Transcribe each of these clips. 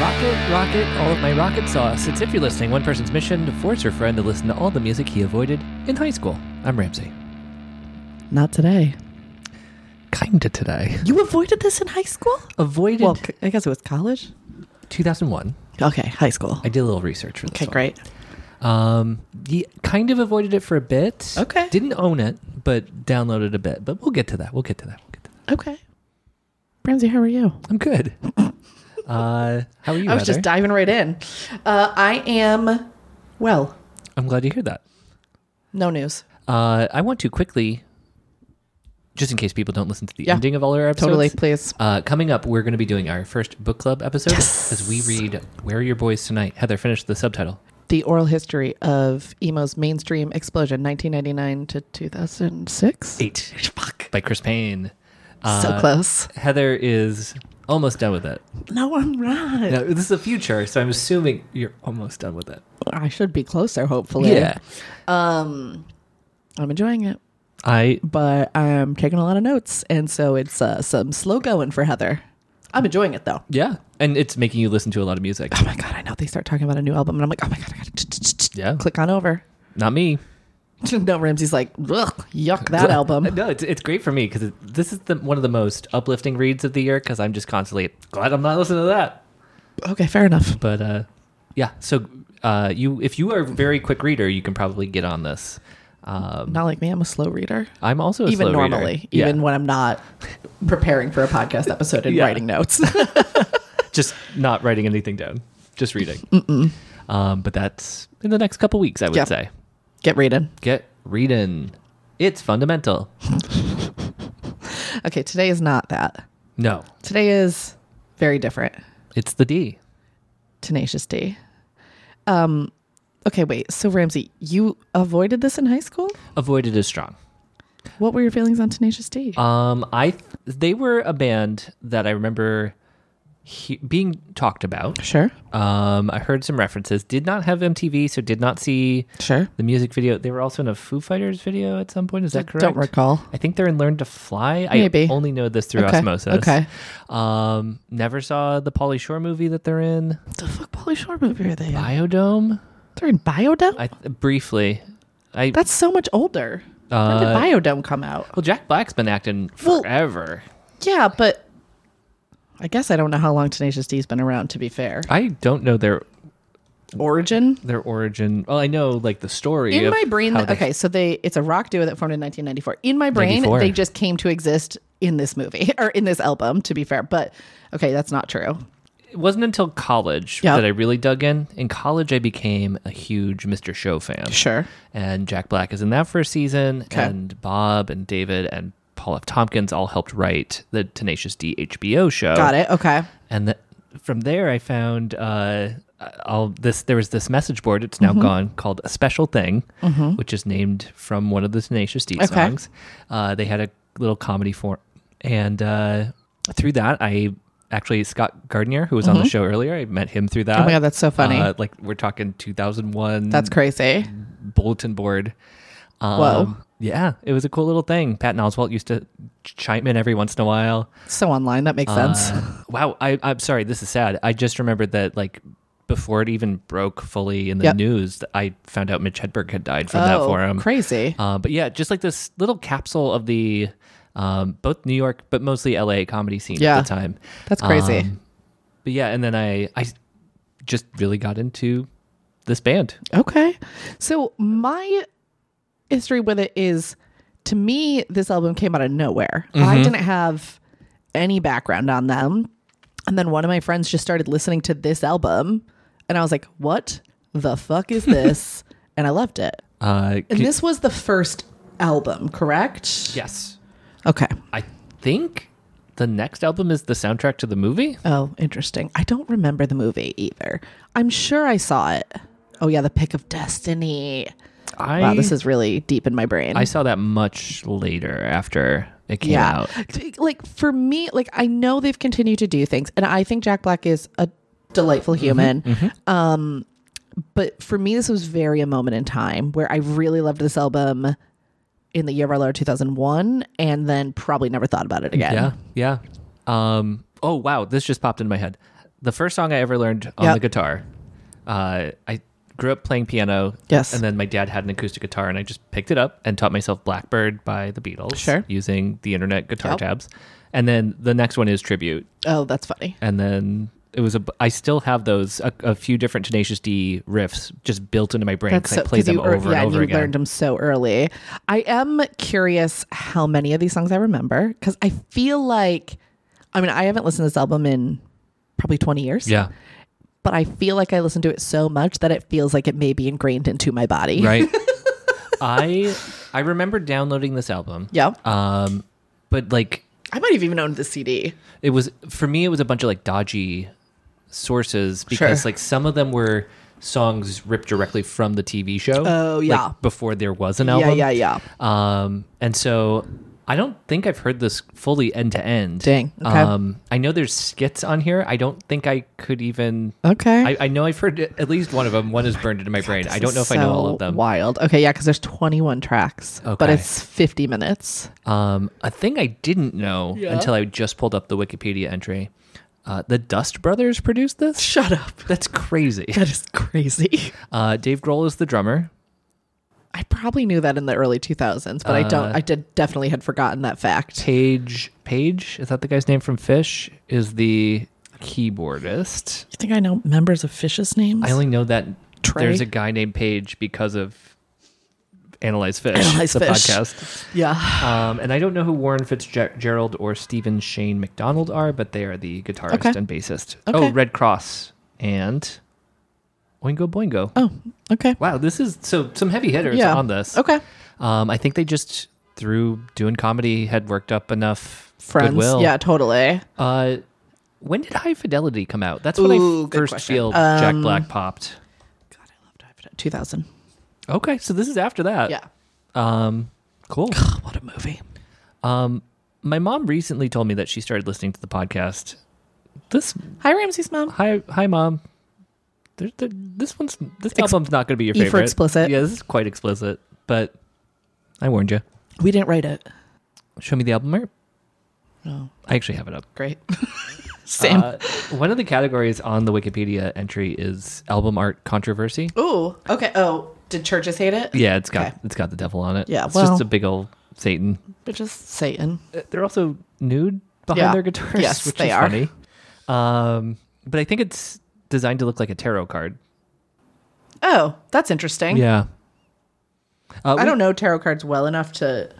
Rocket, all of my rocket sauce. It's if you're listening, one person's mission to force her friend to listen to all the music he avoided in high school. I'm Ramsey. Not today. Kinda today. You avoided this in high school? Avoided Well, c- I guess it was college. 2001. Okay, high school. I did a little research for this. Okay, one. great. Um, ye- kind of avoided it for a bit. Okay. Didn't own it, but downloaded a bit. But we'll get to that. We'll get to that. We'll get to that. Okay. Ramsey, how are you? I'm good. uh, how are you? I was just Heather? diving right in. Uh, I am well. I'm glad to hear that. No news. Uh, I want to quickly, just in case people don't listen to the Yeah. ending of all our episodes. Totally, please. Uh, coming up, we're going to be doing our first book club episode as we read "Where Are Your Boys Tonight." Heather, finish the subtitle. The oral history of emo's mainstream explosion, 1999 to 2006. Eight. Fuck. By Chris Payne. so Uh, close. Heather is almost done with it. No, I'm not. Now, this is the future, so I'm assuming you're almost done with it. I should be closer, hopefully. Um, I'm enjoying it, I but I'm taking a lot of notes, and so it's uh, some slow going for Heather. I'm enjoying it though. yeah, and it's making you listen to a lot of music. oh my god, I know they start talking about a new album, and I'm like, oh my god, I gotta Yeah. click on over. Not me. no, Ramsey's like, Ugh, yuck that album. No, it's it's great for me because this is the one of the most uplifting reads of the year because I'm just constantly glad I'm not listening to that. Okay, fair enough. but uh, yeah so uh, you if you are a very quick reader you can probably get on this um, Not like me, I'm a slow reader. i'm also a Even slow reader. normally, Yeah. even when I'm not preparing for a podcast episode and Yeah. writing notes. just not writing anything down just reading um, but that's in the next couple weeks i would Yeah. say Get reading. get reading it's fundamental Okay, today is not that. no Today is very different. it's the d Tenacious D. Um, okay, wait. So Ramsey, you avoided this in high school. avoided is strong What were your feelings on Tenacious D? Um, I th- they were a band that I remember he- being talked about. sure, Um, I heard some references. Did not have MTV, so did not see sure. the music video. They were also in a Foo Fighters video at some point. Is that correct? Don't recall. I think they're in Learn to Fly. Maybe. I only know this through Okay, osmosis. okay. Um, never saw the Polly Shore movie that they're in. What the fuck, Polly Shore movie are they in? Biodome. They're in Biodome? I briefly. I That's so much older. Uh, when did Biodome come out? well, Jack Black's been acting Well- forever. Yeah, but I guess I don't know how long Tenacious D's been around, to be fair. I don't know their Origin? their origin. Well, I know like the story In of my brain, how they- okay, so they it's a rock duo that formed in 1994. In my brain, 94. they just came to exist in this movie or in this album, to be fair. But okay, that's not true. It wasn't until college Yep. that I really dug in. In college, I became a huge Mr. Show fan. Sure. and Jack Black is in that for a season, Okay. and Bob and David and Paul F. Tompkins all helped write the Tenacious D HBO show. Got it. Okay. And th- from there, I found uh, all this. There was this message board. It's Mm-hmm. now gone called a special thing, which is named from one of the Tenacious D Okay. songs. Uh, they had a little comedy form, and uh, through that, I actually Scott Gardner, who was on the show earlier, I met him through that. Mm-hmm. Oh my God, that's so funny. Uh, like we're talking 2001 That's crazy. bulletin board. Um, Whoa. Yeah, it was a cool little thing. Patton Oswalt used to ch- chime in every once in a while. So online, that makes sense. Uh, wow, I, I'm sorry, this is sad. I just remembered that, like, before it even broke fully in the Yep. news, th- I found out Mitch Hedberg had died from that Oh, forum. Crazy. Uh, but yeah, just like this little capsule of the um, both New York, but mostly LA comedy scene Yeah. at the time. That's crazy. Um, but yeah, and then I, I just really got into this band. Okay. So my history with it is to me, this album came out of nowhere. I Mm-hmm. didn't have any background on them. And then one of my friends just started listening to this album. And I was like, what the fuck is this? and I loved it. Uh, And c- this was the first album, correct? yes. Okay. I think the next album is the soundtrack to the movie. Oh, interesting. I don't remember the movie either. I'm sure I saw it. Oh, yeah, The Pick of Destiny. I Wow, this is really deep in my brain. I saw that much later after it came out. T- Like for me, like I know they've continued to do things, and I think Jack Black is a delightful Mm-hmm, human. Um, but for me, this was very a moment in time where I really loved this album in the year of our Lord two thousand one, and then probably never thought about it again. Yeah, yeah. Um. Oh wow, this just popped in my head. the first song I ever learned on Yep. the guitar. Uh, I grew up playing piano. Yes. And then my dad had an acoustic guitar, and I just picked it up and taught myself Blackbird by the Beatles. Sure. Using the internet guitar Yep. tabs. And then the next one is Tribute. Oh, that's funny. And then it was a. b- I still have those, a, a few different Tenacious D riffs just built into my brain That's because I play 'cause them you ear- over yeah, and over you again. learned them so early. I am curious how many of these songs I remember because I feel like, I mean, I haven't listened to this album in probably 20 years. yeah. But I feel like I listened to it so much that it feels like it may be ingrained into my body. Right. I I remember downloading this album. Yeah. Um, but like I might have even owned the CD. it was for me it was a bunch of like dodgy sources because Sure. like some of them were songs ripped directly from the TV show. Oh, like, yeah. before there was an album. Yeah, yeah, yeah. Um and so I don't think I've heard this fully end to end. Dang, okay. Um I know there's skits on here. I don't think I could even Okay. I, I know I've heard at least one of them. One is burned into my brain. I don't know if I know all of them. Wild. Okay, yeah, because there's 21 tracks, but Okay. it's 50 minutes. Um, a thing I didn't know Yeah. until I just pulled up the Wikipedia entry. Uh, the Dust Brothers produced this? Shut up. That's crazy. That is crazy. Uh, Dave Grohl is the drummer. I probably knew that in the early 2000s, but I don't. I did definitely had forgotten that fact. Page Page, is that the guy's name from Fish? Is the keyboardist. You think I know members of Fish's names? I only know that Trey? there's a guy named Page because of Analyze Fish, Analyze the Fish. podcast. yeah. Um, and I don't know who Warren Fitzgerald or Stephen Shane McDonald are, but they are the guitarist Okay. and bassist. Okay. Oh, Red Cross and Oingo Boingo. Oh, okay. Wow, this is so some heavy hitters Yeah. on this. Okay. Um, I think they just through doing comedy had worked up enough Friends. goodwill. Yeah, totally. Uh, when did High Fidelity come out? That's when Ooh, I good first question. feel Um, Jack Black popped. God, I loved Dive 2000. Okay, so this is after that. Yeah. Um, cool. God, what a movie. Um, my mom recently told me that she started listening to the podcast. This Hi, Ramsey's mom. hi hi mom. There, there, this one's this Ex- album's not going to be your E for favorite. explicit. Yeah, this is quite explicit, but I warned you. We didn't write it. Show me the album art. Oh, I actually have it up. great. Same. Uh, one of the categories on the Wikipedia entry is album art controversy. Ooh. Okay. Oh, did churches hate it? Yeah, it's got Okay. it's got the devil on it. Yeah, it's well- just a big old Satan. But just Satan. Uh, They're also nude behind Yeah. their guitars, Yes, which they is are. funny. Um, but I think it's designed to look like a tarot card. Oh, that's interesting. Yeah. Uh, I don't know tarot cards well enough to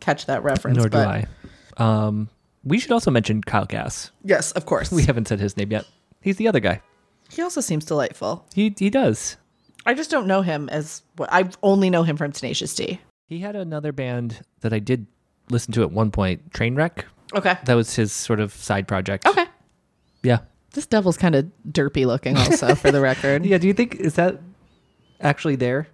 catch that reference. Nor do but I. Um, we should also mention Kyle Gass. Yes, of course. We haven't said his name yet. He's the other guy. He also seems delightful. He he does. I just don't know him as what I only know him from Tenacious D. He had another band that I did listen to at one point, Trainwreck. Okay. That was his sort of side project. Okay. Yeah. This devil's kind of derpy looking, also, for the record. Yeah. Do you think is that actually there?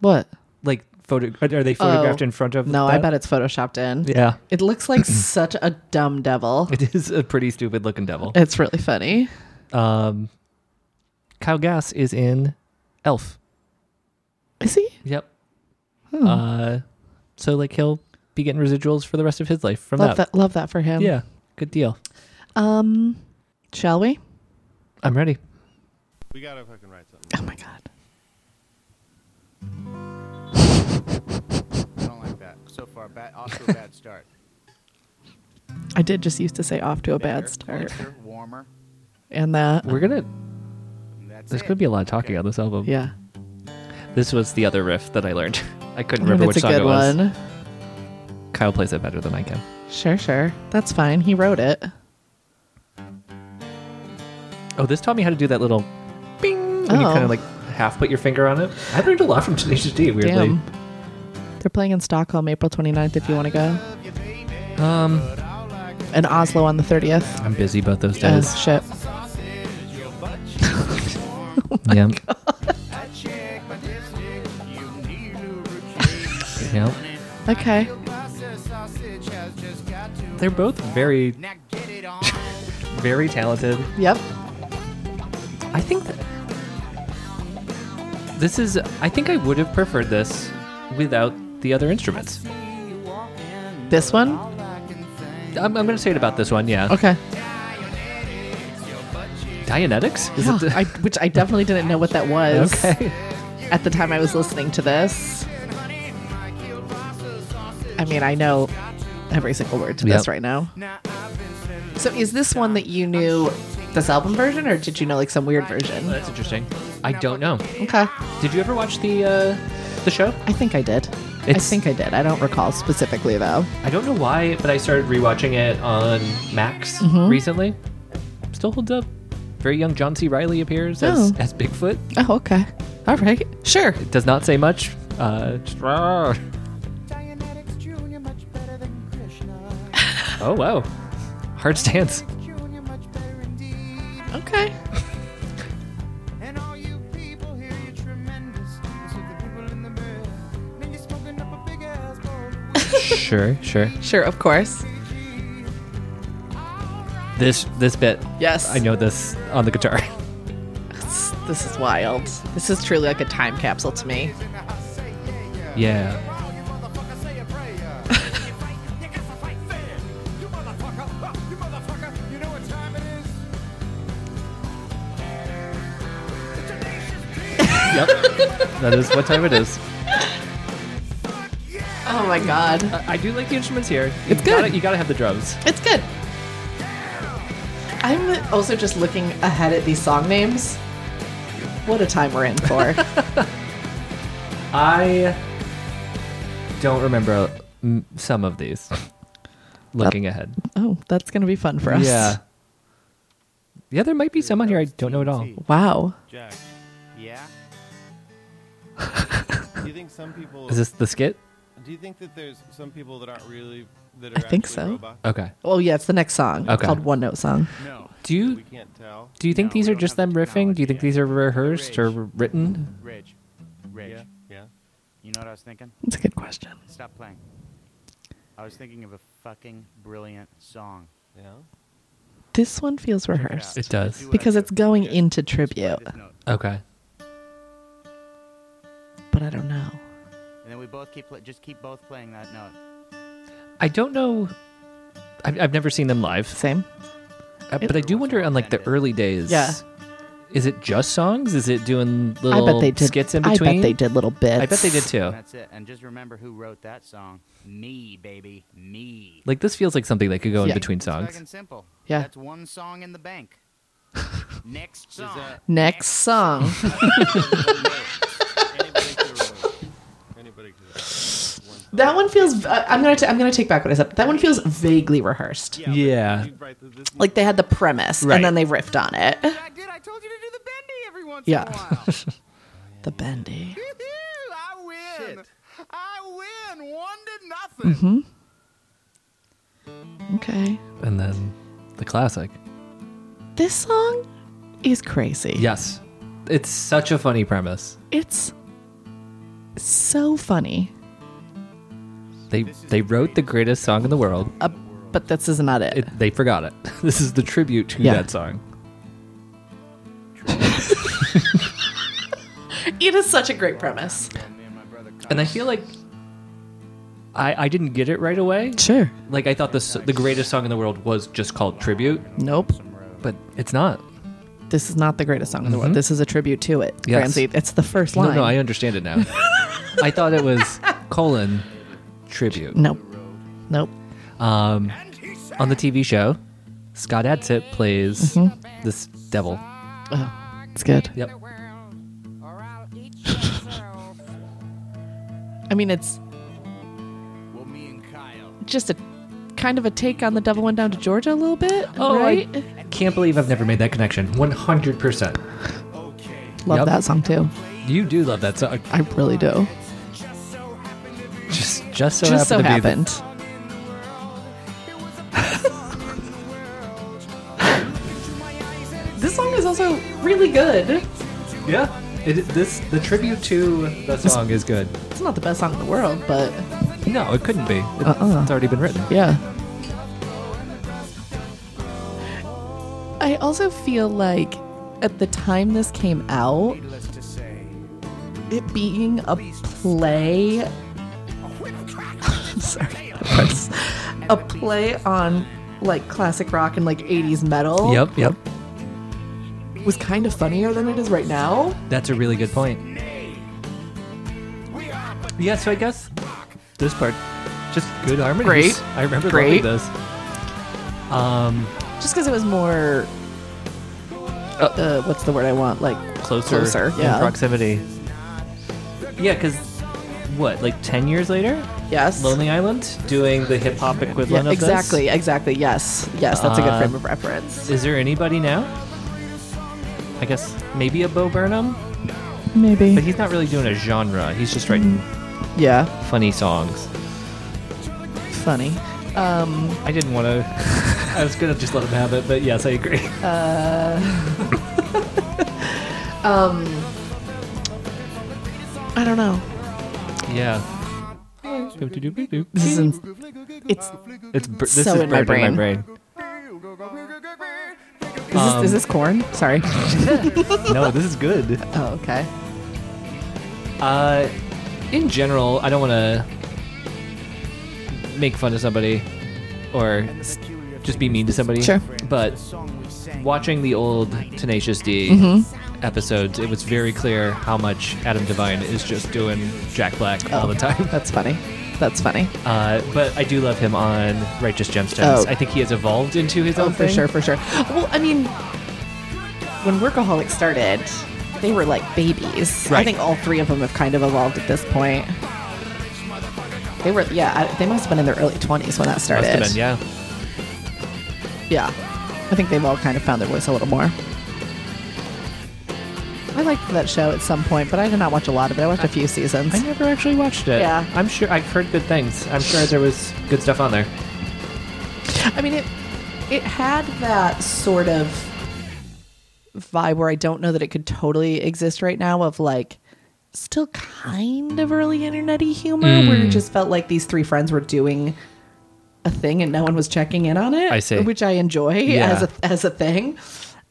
What? Like, photo? Are they photographed Oh. in front of? No, I that? bet it's photoshopped in. Yeah. It looks like such a dumb devil. It is a pretty stupid looking devil. It's really funny. Um, Kyle Gass is in Elf. Is he? Yep. Uh, so like he'll be getting residuals for the rest of his life from Love that. that. Love that for him. Yeah. Good deal. Um, shall we? I'm ready. We gotta fucking write something. Oh my god. I don't like that. So far, bad, off to a bad start. I did just used to say off to a Better, bad start, closer, warmer. and that. We're gonna. and That's There's it. gonna be a lot of talking on this album. Yeah. This was the other riff that I learned. I couldn't If remember which it's Mm, a song good it was. one. Kyle plays it better than I can. Sure, sure. That's fine. He wrote it. Oh, this taught me how to do that little bing when you Oh. kind of like half put your finger on it. I learned a lot from Tenacious D. Weirdly. Damn. They're playing in Stockholm April 29th if you want to go, Love you, baby, Um, but I like a and Oslo on the 30th. I'm busy both those As days. shit. sausage, your butt cheeks are warm. Oh yeah. I check my dipstick, you need lubrication. Yeah. Okay. Your processed sausage has just got to They're both very, Now get it on. very talented. Yep. I think that this is. I think I would have preferred this without the other instruments. This one? All I can think, I'm, I'm going to say it about this one. Yeah. Okay. your butt cheeks Dianetics? Is it the- I, which I definitely didn't know what that was okay? at the time I was listening to this. I mean, I know every single word to Yep. this right now. So, is this one that you knew this album version, or did you know like some weird version? That's interesting. I don't know. Okay, Did you ever watch the uh, the show? I think I did. I It's- think I did. I don't recall specifically though. I don't know why, but I started rewatching it on Max Mm-hmm. recently. Still holds up. Very young John C. Riley appears as, Oh. as Bigfoot. Oh, okay. All right. Sure. Does not say much. Uh, just, "Rawr." Dianetics Junior much better than Krishna. oh wow, hard stance. Junior much better indeed. Okay. And all you people here, you're tremendous. You see the people in the mirror. Then you're smoking up a big ass bowl. sure, sure. Sure. Of course. This this bit, Yes. I know this on the guitar. This, this is wild. This is truly like a time capsule to me. And I say, yeah, yeah. Yeah, All you motherfuckers say a prayer. If you fight, you got to fight fair. You motherfucker, huh, you motherfucker, you know what time it is? It's a nation's yep. that is what time it is. Oh my god. I do like the instruments here. You It's gotta- good. you gotta have the drums. It's good. I'm also just looking ahead at these song names. What a time we're in for. I don't remember mm, some of these. Looking ahead. oh, that's going to be fun for us. Yeah. Yeah, there might be some on here I don't know at all. Wow. Jack. Yeah. do you think some people? Is this the skit? do you think that there's some people that aren't really that I are think actually so. robots? Okay. Oh, yeah, it's the next song Okay. called One Note Song. No. Do you We can't tell. do you think No, these we are don't just them have the riffing? Do you think technology these are rehearsed or written? Reg, Reg, yet. Yeah. you know what I was thinking? That's a good question. Stop playing. I was thinking of a fucking brilliant song. Yeah. Yeah. This one feels it rehearsed It does. Do what I because do. it's going Just into play tribute, this note. Okay. but I don't know. And then we both keep pla just keep both playing that note. I don't know. I've, I've never seen them live, Same. Uh, but I do wonder on like the early days. Yeah. Is it just songs? Is it doing I little bet they did. skits in I between? bet they did little bits. I bet they did too. And that's it. And just remember who wrote that song. Me, baby, me. Like this feels like something that could go in Yeah. between It's songs. fucking simple. Yeah. That's one song in the bank. Next song. Next song. Anybody could have wrote it. Anybody could have wrote it. that one feels. Uh, I'm gonna. T- I'm gonna take back what I said. That one feels vaguely rehearsed. but Yeah. you'd write that this Like they had the premise Right. and then they riffed on it. I did. I told you to do the bendy every once Yeah. in a while. The bendy. Woo-hoo, I win. Shit. I win. One to nothing. Okay. And then the classic. This song is crazy. Yes. It's such a funny premise. It's so funny. They they wrote the greatest song in the world. Uh, but this is not it. It, they forgot it. This is the tribute to Yeah. that song. It is such a great premise. And I feel like I I didn't get it right away. Sure. Like I thought the s- the greatest song in the world was just called tribute, Nope. but it's not. This is not the greatest song in the world. This is a tribute to it, Mm-hmm. Yes. Ramsey. It's the first line. No, no, I understand it now. I thought it was colon tribute. nope. Nope. On the TV show, Scott Adsit plays this devil. Oh, it's good. Yep. I mean, it's Mm-hmm. Well, me and Kyle. just a kind of a take on the double went down to Georgia a little bit. Oh, right. I can't believe I've never made that connection. 100%. Love Yep. that song too. You do love that song. I really do. Just just so just so happened to be the- happened. this song is also really good. Yeah. It, this the tribute to the song is good. It's not the best song in the world, but No, it couldn't be. It- Uh-uh. It's already been written. yeah. I also feel like at the time this came out, it being a play. I'm sorry. a play on like classic rock and like 80s metal. Yep, yep. was kind of funnier than it is right now. That's a really good point. Yeah, so I guess this part, just good harmonies. Great. I remember Great. loving those. Um, Just because it was more. Uh, what's the word I want? Like closer, Closer, in yeah. proximity. Yeah, because what, like ten years later, yes. Lonely Island doing the hip hop Yeah, equivalent of this? exactly. Exactly. Yes. Yes. That's a good Uh, frame of reference. Is there anybody now? I guess maybe a Bo Burnham, Maybe. but he's not really doing a genre. He's just writing Mm-hmm. yeah. funny songs. Funny. Um, I didn't want to. I was gonna just let him have it, but yes, I agree. I don't know. Yeah. This is ins- It's bur- this So is in my burned in my brain. brain. Is, um, this, is this corn? Sorry. No, this is good. oh, okay. Uh, in general, I don't want to make fun of somebody or s- just be mean to somebody. Sure. But watching the old Tenacious D Mm-hmm. episodes, it was very clear how much Adam Devine is just doing Jack Black all the time. That's funny. That's funny. Uh, but I do love him on Righteous Gemstones. Oh. I think he has evolved into his Oh, own for thing. sure, for sure. Well, I mean, when Workaholics started, they were like babies. I Right. think all three of them have kind of evolved at this point. They were, yeah, I, they must have been in their early 20s when that started. Must have been, yeah. yeah. I think they've all kind of found their voice a little more. I liked that show at some point, but I did not watch a lot of it. I watched a few seasons. I never actually watched it. Yeah. I'm sure I've heard good things. I'm sure there was good stuff on there. I mean, it it had that sort of vibe where I don't know that it could totally exist right now of like still kind of early internety humor where Mm. it just felt like these three friends were doing a thing and no one was checking in on it. I see. which I enjoy Yeah. as a as a thing.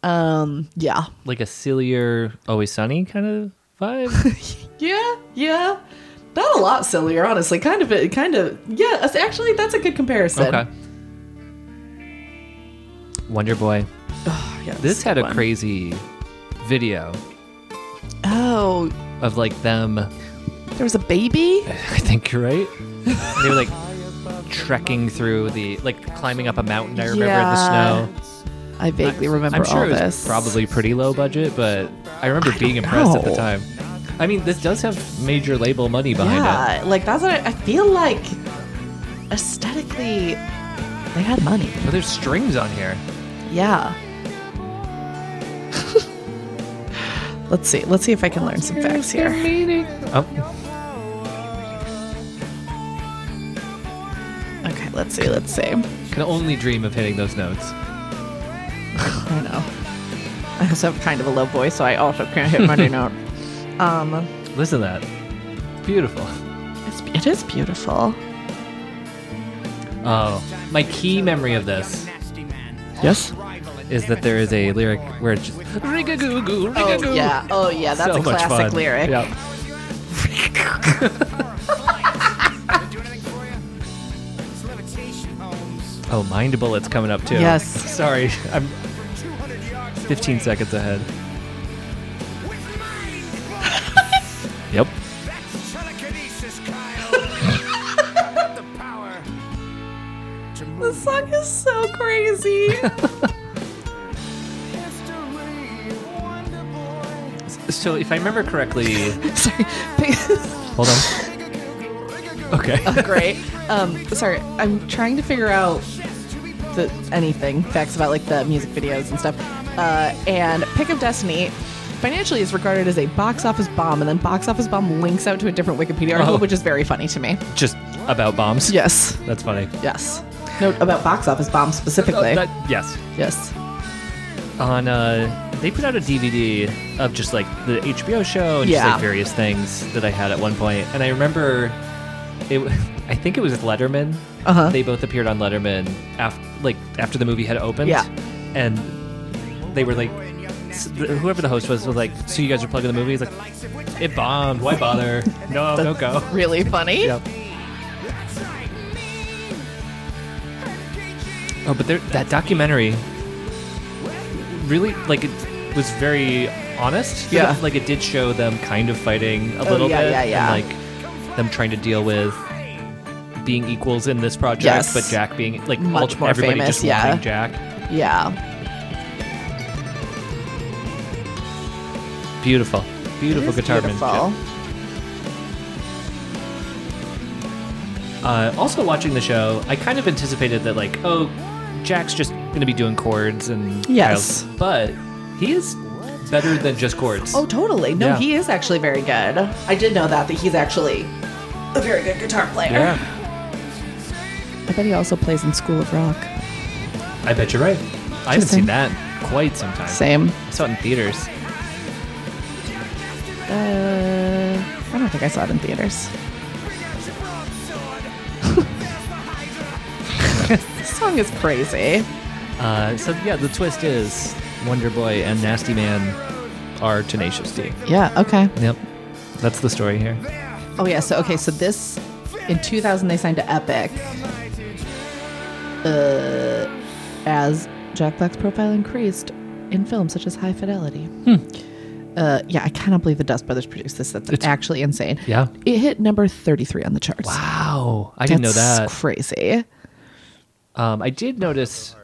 Um, yeah, Like a sillier Always Sunny kind of vibe. yeah, yeah. Not a lot sillier, honestly. Kind of, kind of. Yeah, that's- actually, that's a good comparison. okay. Wonder Boy. Oh, Yeah, that's This had a good one. crazy video Oh, of like them there was a baby. I think you're right. they were like trekking through the like climbing up a mountain I remember in Yeah. the snow. I vaguely remember I'm sure all it was this. probably pretty low budget, but I remember being impressed at the know. time. I mean, this does have major label money behind it. yeah, like that's what I, I feel like. Aesthetically, they had money. But there's strings on here. Yeah. Let's see. Let's see if I can learn some facts here. Oh, oh. Okay, let's see. Let's see. can only dream of hitting those notes. I know. I also have kind of a low voice, so I also can't hit my note. Um, Listen to that. Beautiful. it's, it is beautiful. Oh, my key memory of this Yes. is that there is a lyric where it's just "Ring-a-goo-goo, Oh ring-a-goo." yeah. Oh yeah. That's so a much classic fun. lyric. Yeah. Oh, Mind Bullet's coming up too. Yes. Sorry, I'm 15 seconds ahead. Yep. That's telekinesis, Kyle. the power to This song is so crazy. history, Wonder Boy. So, if I remember correctly, Sorry. hold on. Okay. great. Um, sorry, I'm trying to figure out the anything facts about like the music videos and stuff. Uh, and Pick of Destiny financially is regarded as a box office bomb, and then box office bomb links out to a different Wikipedia article, Oh. which is very funny to me. Just about bombs. Yes, That's funny. yes. Note about box office bomb Oh, specifically. that- yes. yes. On uh, they put out a DVD of just like the HBO show and just Yeah. like various things that I had at one point, and I remember it. w- I think it was Letterman. Uh-huh. They both appeared on Letterman after like after the movie had opened. Yeah. and they were like. s- the- Whoever the host was was like, "So you guys are plugging the movie?" He's like, "It bombed. Why bother? No, don't go." Really funny. Yep. Oh, but there, that documentary really like it was very honest. but Yeah. Oh, it- like it did show them kind of fighting a little yeah, bit. yeah, yeah. And like them trying to deal with being equals in this project, Yes. but Jack being like Much all- more everybody famous, just yeah. wanting Jack. Yeah. Beautiful, beautiful It is guitar beautiful. manship. Uh, also watching the show, I kind of anticipated that like, oh, Jack's just gonna be doing chords and Yes. Kyle's- but he is better than just chords. Oh, totally. No, Yeah. he is actually very good. I did know that, that he's actually a very good guitar player. yeah, I bet he also plays in School of Rock. I bet you're right. I haven't Just saying. seen that quite some time. Same. I saw it in theaters. Uh, I don't think I saw it in theaters. this song is crazy. Uh, so yeah, the twist is Wonder Boy and Nasty Man are Tenacious D. Yeah, okay. Yep, that's the story here. Oh, yeah. So, okay. So, this in 2000, they signed to Epic uh, as Jack Black's profile increased in films such as High Fidelity. Uh, yeah, I cannot believe the Dust Brothers produced this. That's Hmm. It's- actually insane. Yeah. It hit number 33 on the charts. Wow, I didn't know That's that. crazy. Um, I did notice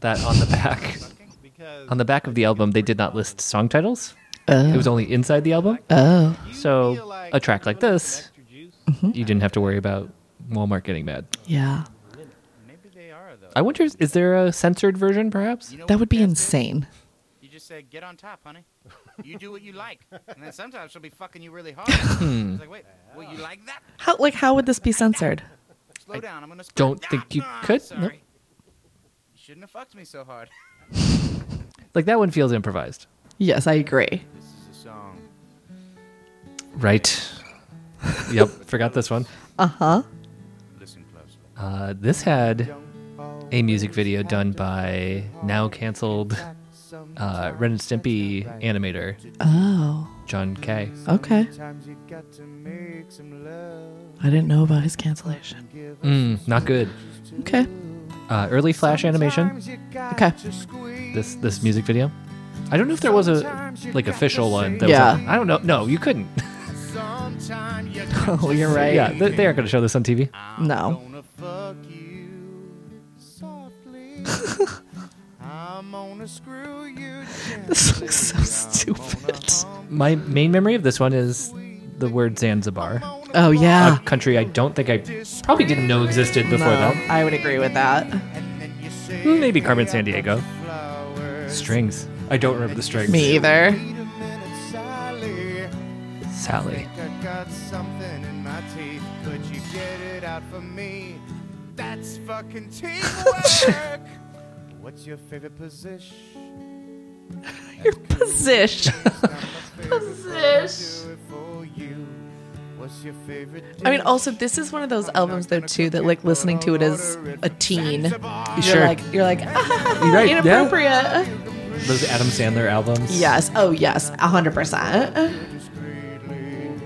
that on the back, on the back of the album, they did not list song titles. It was only inside the album. Oh. So a track like this, you didn't have to worry about Walmart getting mad. Yeah. Maybe they are though. I wonder, is there a censored version, perhaps? You know That would what be best is? insane. You just say, "Get on top, honey. You do what you like." And then sometimes she'll be fucking you really hard. Hmm. it's like, wait, well, you like that? How like how would this be censored? Slow down. I'm gonna. Squirt. don't think you Ah, could. Sorry. Nope. You shouldn't have fucked me so hard. Like that one feels improvised, Yes, I agree. This is a song. right? yep, forgot this one. Uh-huh. Listen closely. Uh, this had a music video done by now canceled uh, Ren and Stimpy animator Oh. John Kay. Okay. Sometimes you got to make some love. I didn't know about his cancellation. Mm, not good. Okay. Uh, early Flash animation. Sometimes you got Okay. to squeeze. This this music video. I don't know if there was a like official one. That Yeah. Was on- I don't know. No, you couldn't. Sometime you Oh, you're right. yeah, they, they aren't going to show this on TV. No. gonna fuck you softly. I'm gonna screw you. This looks so stupid. My main memory of this one is the word Zanzibar, Oh yeah. a country I don't think I probably didn't know existed before No, that. I would agree with that. Maybe Carmen Uh, San Diego. Strings. I don't remember the strings. Me either. Wait a minute, Sally. Sally. I got something in my teeth. Could you get it out for me? That's fucking teamwork. What's your favorite position? Position. Do it for you. What's your favorite? I mean, also this is one of those albums though too that like listening to it as a teen, you're like you're like You're right, yeah. inappropriate. Those Adam Sandler albums. Yes. Oh yes. A hundred percent. discreetly?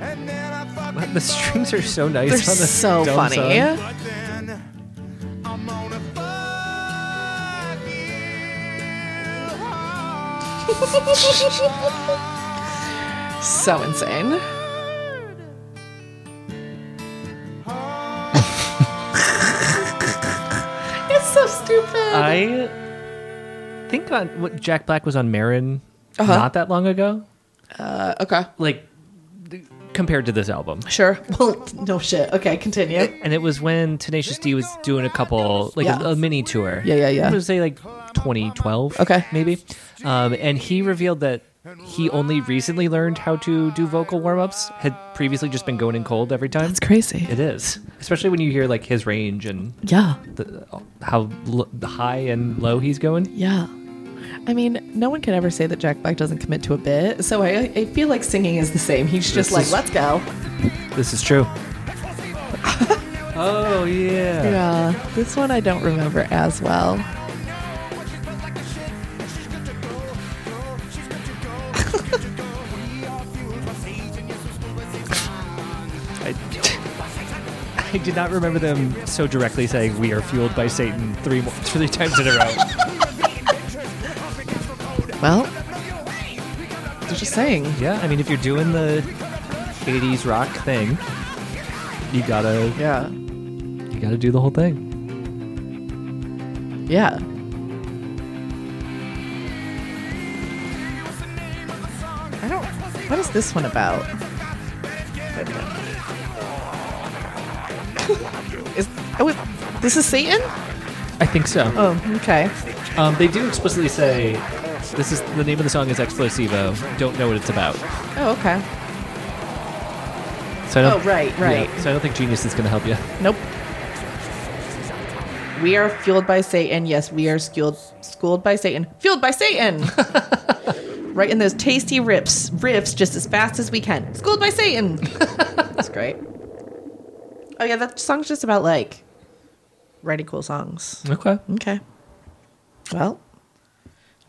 And then I fucking Wow, The strings are so nice They're on this. so dumb funny. song. But then I'm gonna fuck you hard. So insane. It's so stupid. I think on what Jack Black was on Marin Uh-huh. not that long ago. Uh, okay. Like th- compared to this album. Sure. Well, no shit. Okay, continue. And it was when Tenacious D was doing a couple, like Yeah. a, a mini tour. Yeah, yeah, yeah. I would say like 2012. Okay. Maybe. Um, and he revealed that he only recently learned how to do vocal warm ups, had previously just been going in cold every time. It's crazy. It is. Especially when you hear like his range and Yeah. the, how l- high and low he's going. Yeah. I mean, no one can ever say that Jack Black doesn't commit to a bit. So I, I feel like singing is the same. He's just This like, is- let's go. This is true. oh, yeah. Yeah. This one I don't remember as well. I, I did not remember them so directly saying we are fueled by Satan three mo- three times in a row. Well, they're just saying. Yeah, I mean, if you're doing the 80s rock thing, you gotta Yeah. you gotta do the whole thing. Yeah. I don't. What is this one about? is oh, it- this is Satan? I think so. Oh, okay. Um, they do explicitly say this is the name of the song is Explosivo. Don't know what it's about. Oh, okay. So I Oh, don't, right, yeah, right. so I don't think Genius is gonna help you. Nope. We are fueled by Satan. Yes, we are schooled, schooled by Satan. Fueled by Satan. right in those tasty rips, riffs, just as fast as we can. Schooled by Satan. That's great. Oh yeah, that song's just about like writing cool songs. Okay. Okay. Well.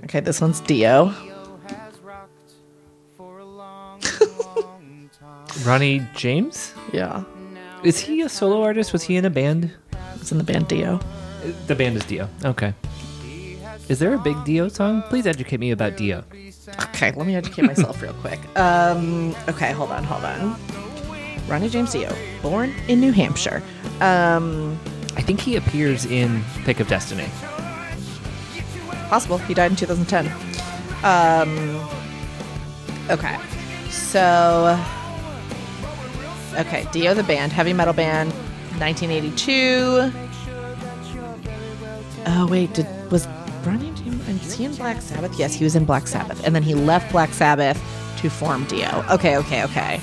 Okay, this one's Dio. Dio has rocked for a long, long time. Ronnie James Yeah, is he a solo artist? Was he in a band? it's in the band Dio. The band is Dio. Okay. Is there a big Dio song? Please educate me about Dio. Okay, let me educate myself real quick. Um, okay, hold on, hold on. Ronnie James Dio, born in New Hampshire. Um, I think he appears in Pick of Destiny. possible he died in 2010. Um, okay, so okay, Dio the band, heavy metal band, 1982. Oh wait, did was Ronnie James? and Was he in Black Sabbath? Yes, he was in Black Sabbath, and then he left Black Sabbath to form Dio. Okay, okay, okay.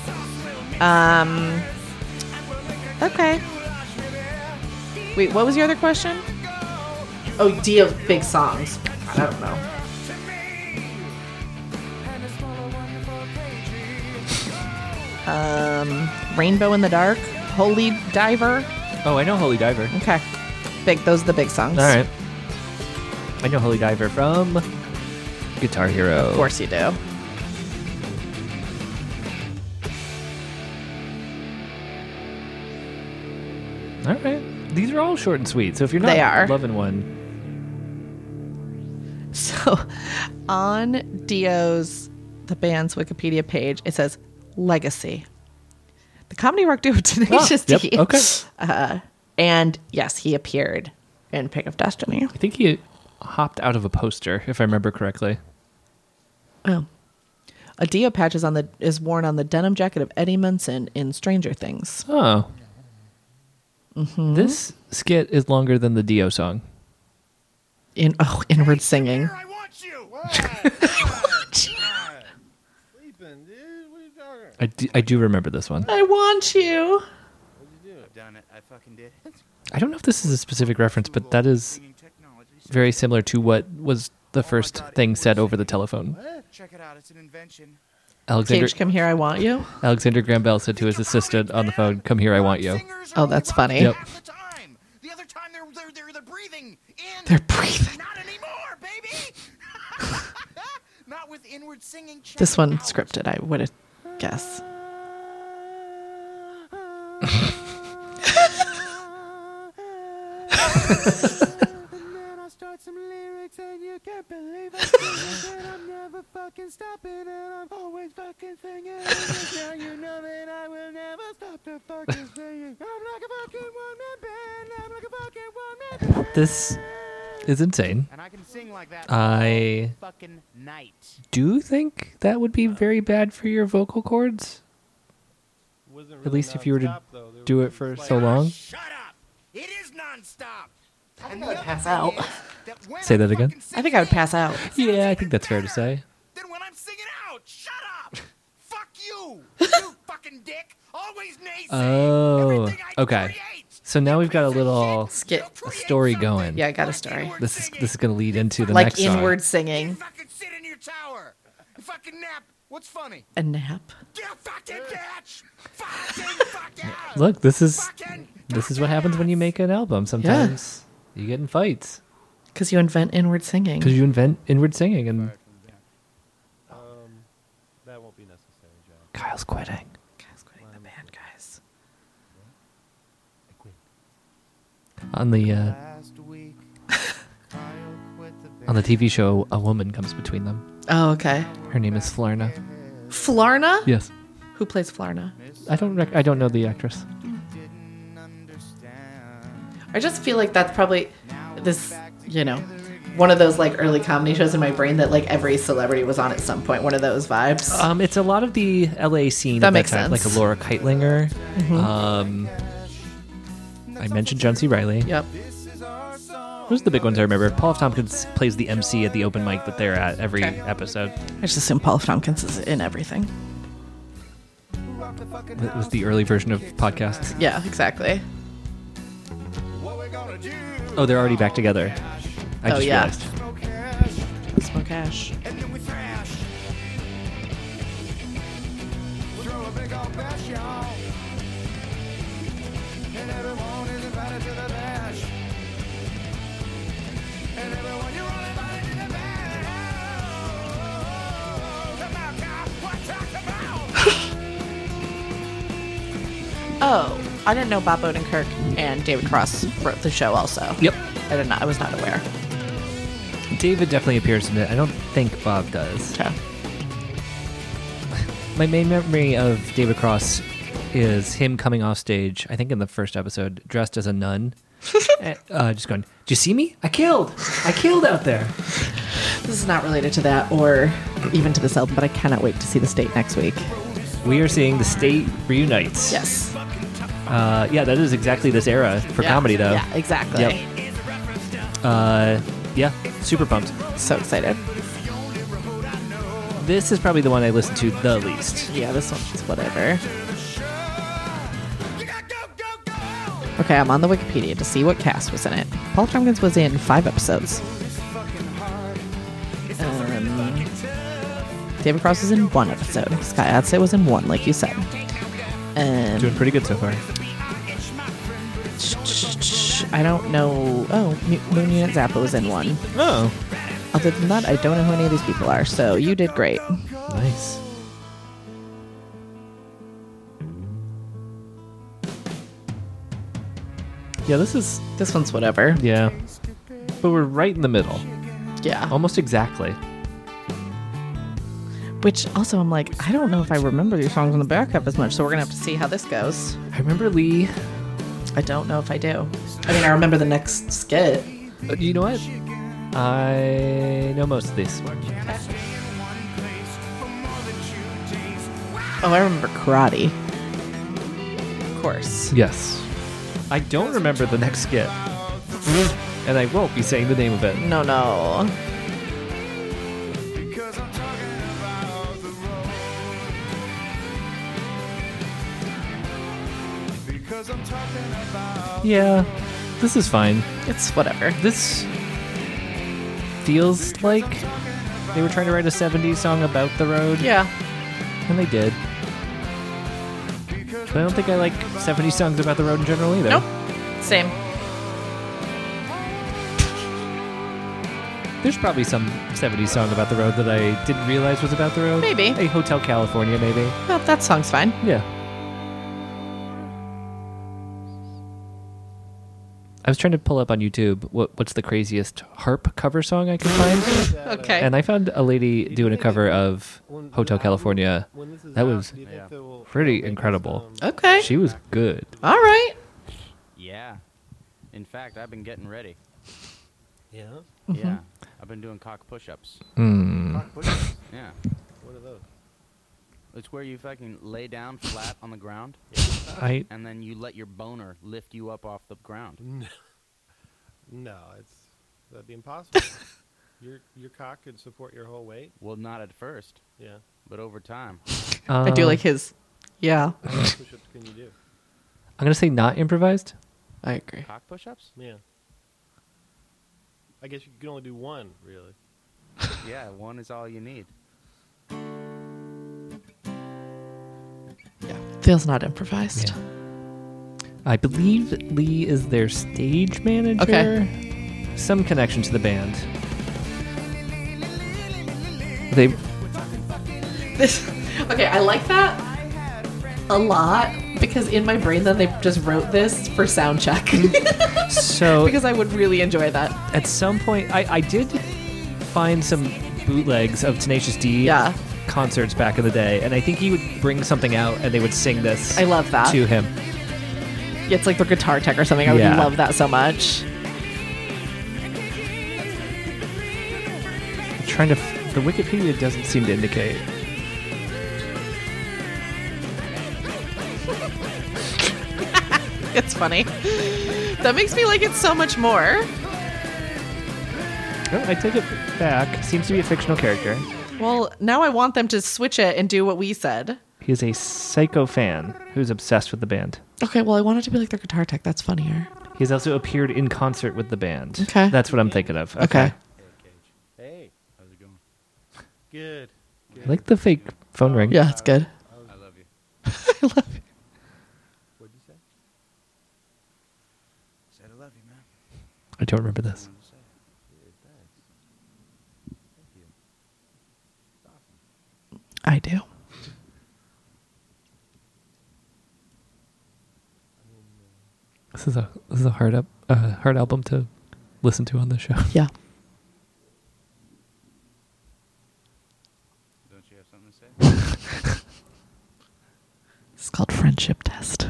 Um. Okay. Wait, what was your other question? Oh, Dio big songs. I don't know. Um, Rainbow in the Dark, Holy Diver. Oh, I know Holy Diver. Okay, big. Those are the big songs. All right. I know Holy Diver from Guitar Hero. Of course you do. All right. These are all short and sweet. So if you're not They are. loving one, So on Dio's, the band's Wikipedia page, it says Legacy. The comedy rock duo Tenacious Ah, yep, D. okay. Uh, and yes, he appeared in Pick of Destiny. I think he hopped out of a poster, if I remember correctly. Oh. A Dio patch is on the is worn on the denim jacket of Eddie Munson in Stranger Things. Oh. Mm-hmm. This skit is longer than the Dio song. In oh, inward singing. I want you. Sleeping, dude. What are you talking about? I do, I do remember this one. I want you. I've done it. I fucking did. it. I don't know if this is a specific reference, but that is Singing technology. So very similar to what was the first thing said over the telephone. Check it out. It's an invention. Alexander Cage, come here. I want you. Alexander Graham Bell said to his assistant on the phone, "Come here, I want you." Singers Oh, are that's robots funny. Yep. Half the time. The other time they're they're they're, they're breathing in. They're breathing. Not anymore, baby. Not with inward singing. Check This it one out. scripted. I would guess. Then I start some lyrics and you can't believe it. and I'm never fucking stopping and I'm always fucking singing. now you know that I will never stop the fucking singing. I'm like a fucking one-man band. I'm like a fucking one-man band. This is insane. And I can sing like that. I all fucking night. do think that would be very bad for your vocal cords, Wasn't at really least if you were to nonstop, though. There do was it for like- so long. Shut up. It is nonstop. I'm gonna pass out. Say that again. I think I would pass out. Yeah, I think that's fair to say. Then when I'm singing out, shut up. Fuck you. You fucking dick. Always naysaying. Oh, Everything I okay. create. So now we've got a Piece of little shit. Skit. You'll create story something. going. Yeah, I got a Like story. inward This is singing. this is going to lead into the like next song. inward You singing. fucking sit in your tower. You fucking nap. What's funny? A nap. You fucking bitch. Fucking fuck out. Uh. Look, this is Fucking this is fucking what happens when you ass. make an album. Sometimes you get in fights Because you invent inward singing. because you invent inward singing, and That won't be necessary, Jack. Kyle's quitting. Guys, quitting the band, guys. On the uh, Last week, Kyle quit the on the band. TV show, a woman comes between them. Oh, okay. Her name is Flarna. Flarna? Yes. Who plays Flarna? I don't rec- I don't know the actress. I just feel like that's probably this, you know, one of those like early comedy shows in my brain that like every celebrity was on at some point. One of those vibes. Um, it's a lot of the LA scene. That at makes time, sense. Like a Laura Keitlinger. Um, I mentioned John C. Riley. yep. Those are the big ones I remember. Paul F. Tompkins plays the MC at the open mic that they're at every Okay. episode. I just assume Paul F. Tompkins is in everything. That was the early version of podcasts. Yeah, exactly. Oh, they're already back together. I Oh, just yeah. realized. Smoke Ash. Oh, I didn't know Bob Odenkirk and David Cross wrote the show also. Yep. I did not. I was not aware. David definitely appears in it. I don't think Bob does. Okay. My main memory of David Cross is him coming off stage, I think in the first episode, dressed as a nun. and, uh, just going, Do you see me? I killed. I killed out there. This is not related to that or even to this album, but I cannot wait to see the state next week. We are seeing the state reunites. Yes. Uh, yeah, that is exactly this era for Yeah. comedy, though. Yeah, exactly. Yep. Uh, yeah, super pumped. So excited. This is probably the one I listen to the least. Yeah, this one's whatever. Okay, I'm on the Wikipedia to see what cast was in it. Paul Tompkins was in five episodes. Um, David Cross was in one episode. Scott Adsit was in one, like you said. Um, Doing pretty good so far. I don't know. Oh, Mu- Moon Unit Zappa was in one. Oh, Other than that, I don't know who any of these people are. So you did great. nice. Yeah, this is This one's whatever. yeah, but we're right in the middle, Yeah. almost exactly. Which also, I'm like, I don't know if I remember these songs on the backup as much, so we're gonna have to see how this goes. I remember Lee. I don't know if I do. I mean, I remember the next skit. uh, You know what? I know most of these. Oh, I remember karate. Of course. Yes. I don't remember the next skit, and I won't be saying the name of it. No, no. Yeah, this is fine. It's whatever. This feels like they were trying to write a 70s song about the road, Yeah. and they did. But I don't think I like 70s songs about the road in general either. Nope. Same. There's probably some 70s song about the road that I didn't realize was about the road. Maybe. A Hotel California, maybe. Well, that song's fine. Yeah. I was trying to pull up on YouTube what, what's the craziest harp cover song I can find. uh, Okay. And I found a lady doing a cover of Hotel California. That was pretty incredible. okay. She was good. All right. Yeah. In fact, I've been getting ready. Yeah. Yeah. I've been doing cock push-ups. Mm. Yeah. What are those? It's where you fucking lay down flat on the ground, I and then you let your boner lift you up off the ground. No, it's that'd be impossible. your your cock could support your whole weight. Well, not at first, Yeah. but over time. I do um, like his. Yeah. How many push-ups can you do? I'm gonna say not improvised. I agree. Cock push-ups? Yeah. I guess you can only do one, really. Yeah, one is all you need. Yeah. Feels not improvised. Yeah. I believe Lee is their stage manager. Okay. Some connection to the band. They This. Okay, I like that a lot because in my brain then they just wrote this for sound check so because I would really enjoy that. at some point I, I did find some bootlegs of Tenacious D Yeah. concerts back in the day, and I think he would bring something out and they would sing this. I love that. to him. It's like the guitar tech or something. I would Yeah. love that so much. I'm trying to, f- the Wikipedia doesn't seem to indicate. It's funny. That makes me like it so much more. Oh, I take it back. Seems to be a fictional character. Well, now I want them to switch it and do what we said. He is a psycho fan who's obsessed with the band. Okay, well, I want it to be like their guitar tech. That's funnier. He's also appeared in concert with the band. Okay. That's what I'm thinking of. Okay. Hey, How's it going? good. I like the fake phone ring. Yeah, it's good. I love you. I love it. What'd you say? Said I love you, man. I don't remember this. Wanted to say it. I do. This is a this is a hard up uh, hard album to listen to on the show. Yeah. Don't you have something to say? It's called Friendship Test.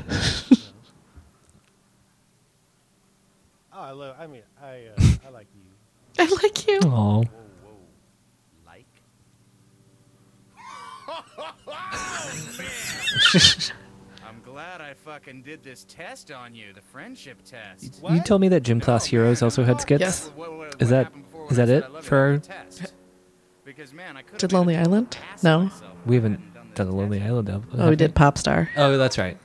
Oh, I love. I mean, I uh, I like you. I like you. Oh, whoa, whoa. Like? I'm glad I fucking did this test on you, the friendship test. you told me that Gym Class No, Heroes man, also no. had skits. Yes. What- what- what Is that- happened before is when I that it said I love for- I did the test. Because, man, I could've Did made Lonely a fucking Island? ass of No. myself if We I haven't hadn't this done a Lonely test. Island album. Oh, we did Popstar Oh, that's right.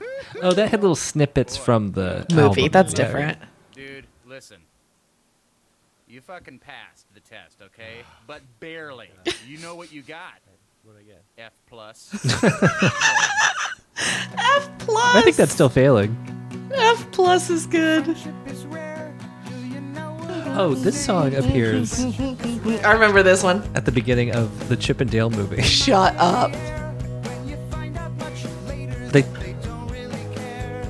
Oh, that had little snippets from the movie. album That's in there. different. Dude, listen. You fucking passed the test, okay? But barely. You know what you got. What I get? F plus. Plus, I think that's still failing. F plus is good. Oh, this song appears I remember this one. at the beginning of the Chip and Dale movie. Shut up. They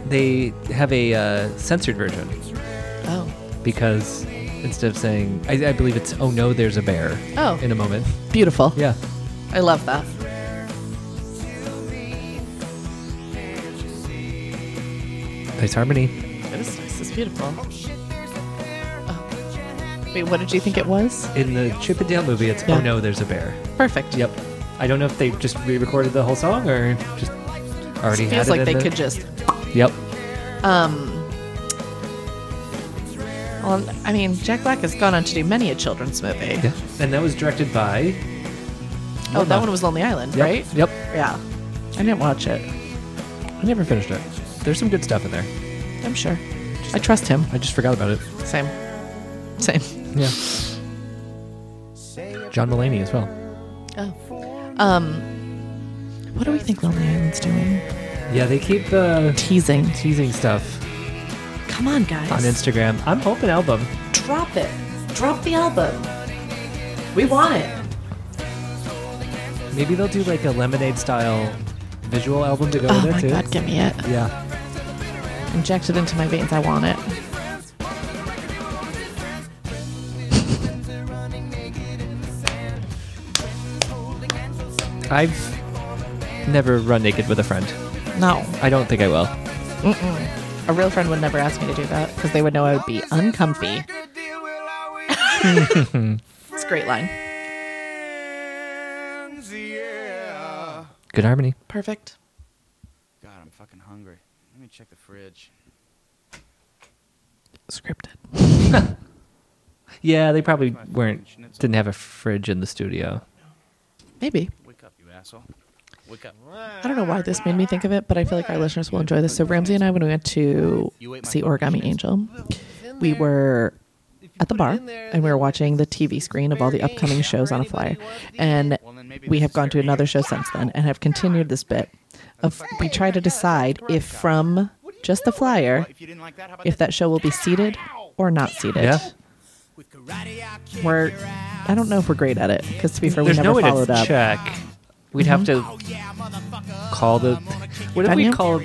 they have a uh, censored version Oh, because instead of saying, I, I believe it's "Oh no, there's a bear" Oh. in a moment. beautiful. Yeah. I love that. Nice harmony. It is nice. It's beautiful. Oh. Wait, what did you think it was? In the Chip and Dale movie, it's Yeah. "Oh no, there's a bear." Perfect. Yep. I don't know if they just re-recorded the whole song or just already had Feels it like in they the- could just. Yep. Um. Well, I mean, Jack Black has gone on to do many a children's movie. Yeah. And that was directed by. Oh, that Wilma. one was Lonely Island, Yep, right? Yep. Yeah. I didn't watch it. I never finished it. There's some good stuff in there. I'm sure. I trust him. I just forgot about it. Same. Same. Yeah. John Mulaney as well. Oh. Um, what do we think Lonely Island's doing? Yeah, they keep uh, Teasing. teasing stuff Come on, guys. on Instagram. I'm hoping album. Drop it. Drop the album. We want it. Maybe they'll do like a lemonade style visual album to go oh with my it too. God, give me it. Yeah. Inject it into my veins. I want it. I've never run naked with a friend. No, I don't think I will. a real friend would never ask me to do that because they would know I would be uncomfy. it's a great line. yeah. Good harmony. Perfect. God, I'm fucking hungry. Let me check the fridge. Scripted. Yeah, they probably weren't Schnitzel. didn't have a fridge in the studio. Maybe. Wake up, you asshole. Wake up. I don't know why this made me think of it, but I feel like our listeners will enjoy this. So Ramsey and I, when we went to see Origami Angel, we were at the bar and we were watching the TV screen of all the upcoming shows on a flyer. And we have gone to another show since then and have continued this bit of we try to decide if from just the flyer, Well, if you didn't like that, how about if this? that show will be seated or not seated. Yeah. With karate, I kick We're, your ass. I don't know if we're great at it because to be fair, we There's no never way followed to up. Mm-hmm. check. We'd have to Oh, yeah, motherfucker. call the. What if we Daniel? called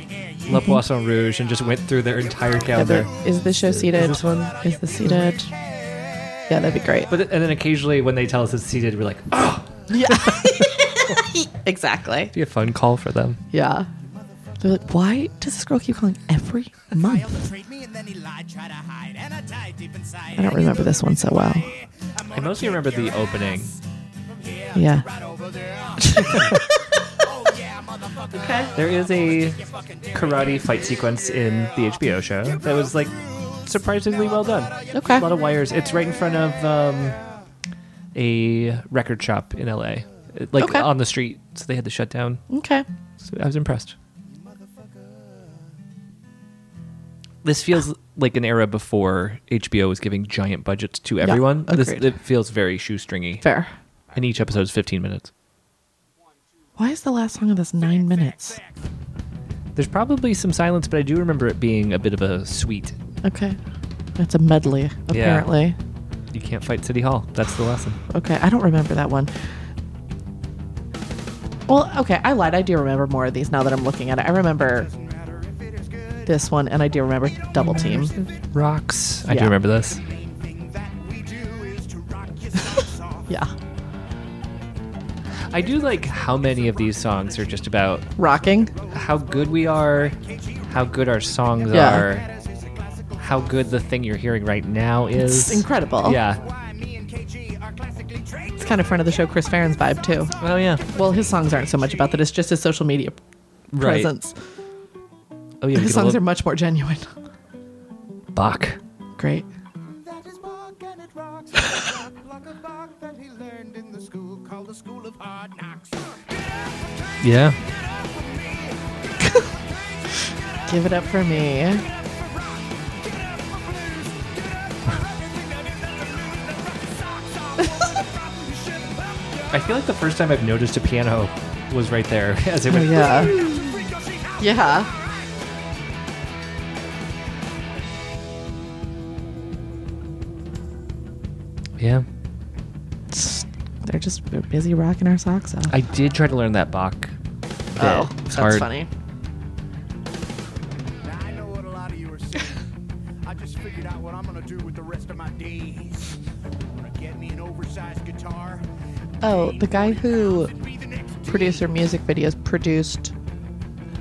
La Mm-hmm. Poisson Rouge and just went through their entire Heather, calendar? Is the show seated? this one? Is this seated? Yeah, that'd be great. But th- and then occasionally when they tell us it's seated, we're like, oh, exactly. be a fun call for them. Yeah. They're like, why does this girl keep calling every month? I I don't remember this one so well. I mostly remember the opening. Yeah. okay. There is a karate fight sequence in the HBO show that was like surprisingly well done. Okay. A lot of wires. It's right in front of um, a record shop in LA, It- like Okay. on the street. So they had to shut down. Okay. So I was impressed. This feels like an era before HBO was giving giant budgets to everyone. this agreed. it feels very shoestringy, Fair. and each episode is 15 minutes. Why is the last song of this nine minutes? There's probably some silence, but I do remember it being a bit of a sweet. Okay. That's a medley, apparently. You can't fight City Hall. That's the lesson. Okay. I don't remember that one. Well, okay. I lied. I do remember more of these now that I'm looking at it. I remember this one, and I do remember Double Team. Rocks. I do Yeah. remember this. Yeah. I do like how many of these songs are just about Rocking. how good we are, how good our songs Yeah. are, how good the thing you're hearing right now is. It's incredible. Yeah. It's kind of front of the show Chris Farron's vibe, too. Oh yeah. Well, his songs aren't so much about that. It's just his social media Right. presence. Oh yeah. we His get a songs are little- much more genuine. Bach. Great. That is Mark and it rocks. It's a block of bark that he learned in the school called the School of Hard Knocks. Yeah. Give it up for me. I feel like the first time I've noticed a piano was right there as it Oh, went. yeah. yeah. Yeah. They're just they're busy rocking our socks off. I did try to learn that Bach. oh, It's that's hard. funny. I know what a lot of you are saying. I just figured out what I'm gonna do with the rest of my days. I'm gonna get me an oversized guitar. Oh, the guy who Be the next produced their music videos produced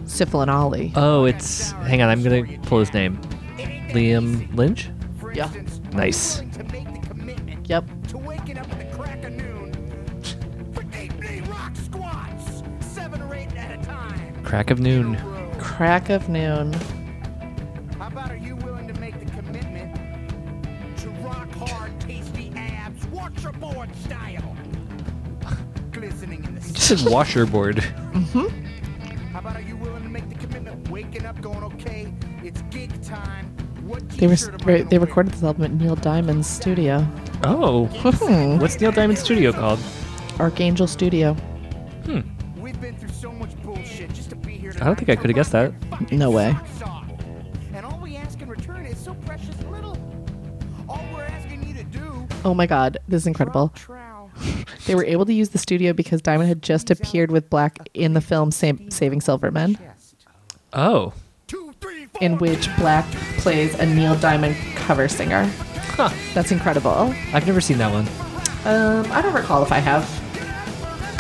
Syphil and Ollie. Oh, it's. Hang on, I'm gonna pull his name. E Liam Lynch. yeah. Nice. to make the commitment Yep. to waking up at the crack of noon for deep knee rock squats, seven or eight at a time. Crack of noon. Crack of noon. How about are you willing to make the commitment to rock hard, tasty abs, waterboard style? Glistening in the sun. Just said washerboard. How about are you willing to make the commitment? Waking up, going okay, it's gig time. What They were t-shirt am I re- gonna they wear?" recorded this album at Neil Diamond's studio, Oh. Hmm. What's Neil Diamond's studio called? Archangel Studio. We've been through so much bullshit just to be here. I don't think I tonight to coulda guessed rock that. your fucking No way. socks off. And all we ask in return is so precious little. All we're asking you to do. Oh my God, this is incredible. Trowel. They were able to use the studio because Diamond had just appeared with Black in the film Sa- Saving Silverman, Oh. Two, three, four. in which Black plays a Neil Diamond cover singer. Huh. That's incredible. I've never seen that one. Um, I don't recall if I have.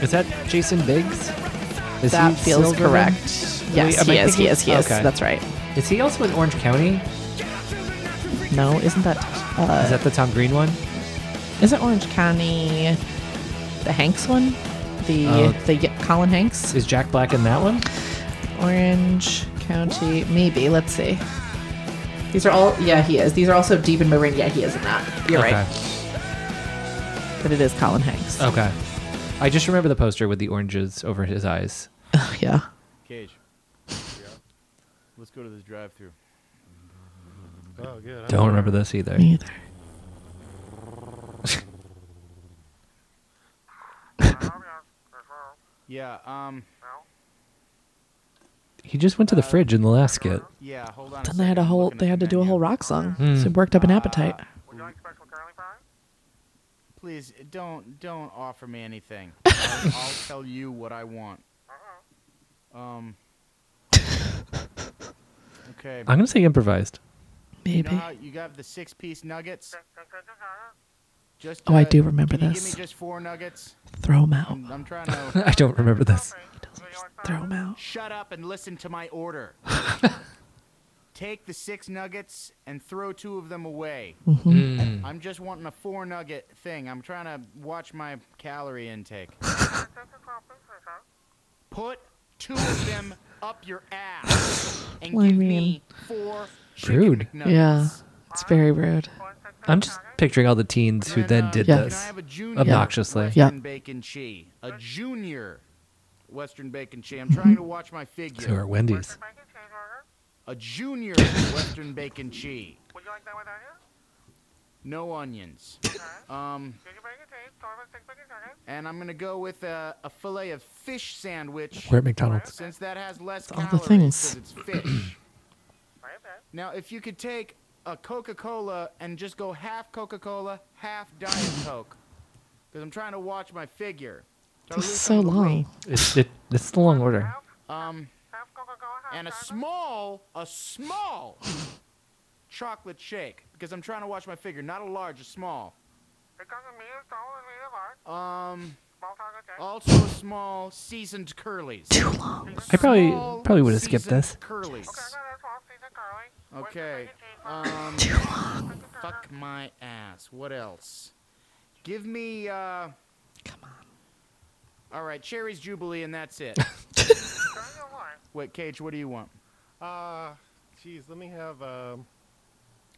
Is that Jason Biggs? Is that he feels Silverman? correct. Yes, am I he is. He thinking- is. He is. Okay. That's right. Is he also in Orange County? No, isn't that uh, Is that the Tom Green one? isn't Orange County the Hanks one? The Oh. the y- Colin Hanks Is Jack Black in that one? Orange County maybe. Let's see. These are all yeah he is. These are also deep in my brain. Yeah he is in that. You're right. But it is Colin Hanks. Okay. I just remember the poster with the oranges over his eyes. Yeah. Cage. Let's go to this drive-through. Mm-hmm. Oh, good. Don't remember this either. Me either. Yeah. Um. He just went to the fridge in the last skit. Yeah. Hold on. Then they had a whole they had to do a whole rock song. Hmm. So it worked up an appetite. Please don't don't offer me anything. I'll, I'll tell you what I want. Um. Okay. I'm gonna say improvised. You know Maybe. how you got the six-piece nuggets? Just, Oh, I uh, do remember can you this. Oh. Give me just four nuggets. Throw them out. I'm, I'm trying to. I don't remember this. Just throw them out. Shut up and listen to my order. Take the six nuggets and throw two of them away. Mm-hmm. Mm. I'm just wanting a four nugget thing. I'm trying to watch my calorie intake. Put two of them up your ass and Well, I give mean- me four Rude. chicken McNuggets. Yeah, it's very rude. I'm just picturing all the teens who then uh, did Yeah. Can I this. have a junior obnoxiously. Western Yeah. bacon chi? A junior Western bacon chi. I'm trying to watch my figure. Who are Wendy's? A junior Western bacon chi. No onions. Um, and I'm gonna go with a, a fillet of fish sandwich. We're at McDonald's. Since that has less all the calories, things. 'cause it's fish. now, if you could take a Coca-Cola and just go half Coca-Cola, half Diet Coke, because I'm trying to watch my figure. Try to It's lose so some of the weight. long. It's, it, it's the long order. Um, and a small, a small chocolate shake because I'm trying to watch my figure. Not a large, a small. Um, also a small seasoned curlies. Too long. I probably- probably would've skipped this. Curlies. Okay. Um, fuck my ass. What else? Give me. uh... Come on. All right, Cherry's Jubilee, and that's it. Wait, Cage, what do you want? Uh, geez, let me have. Um,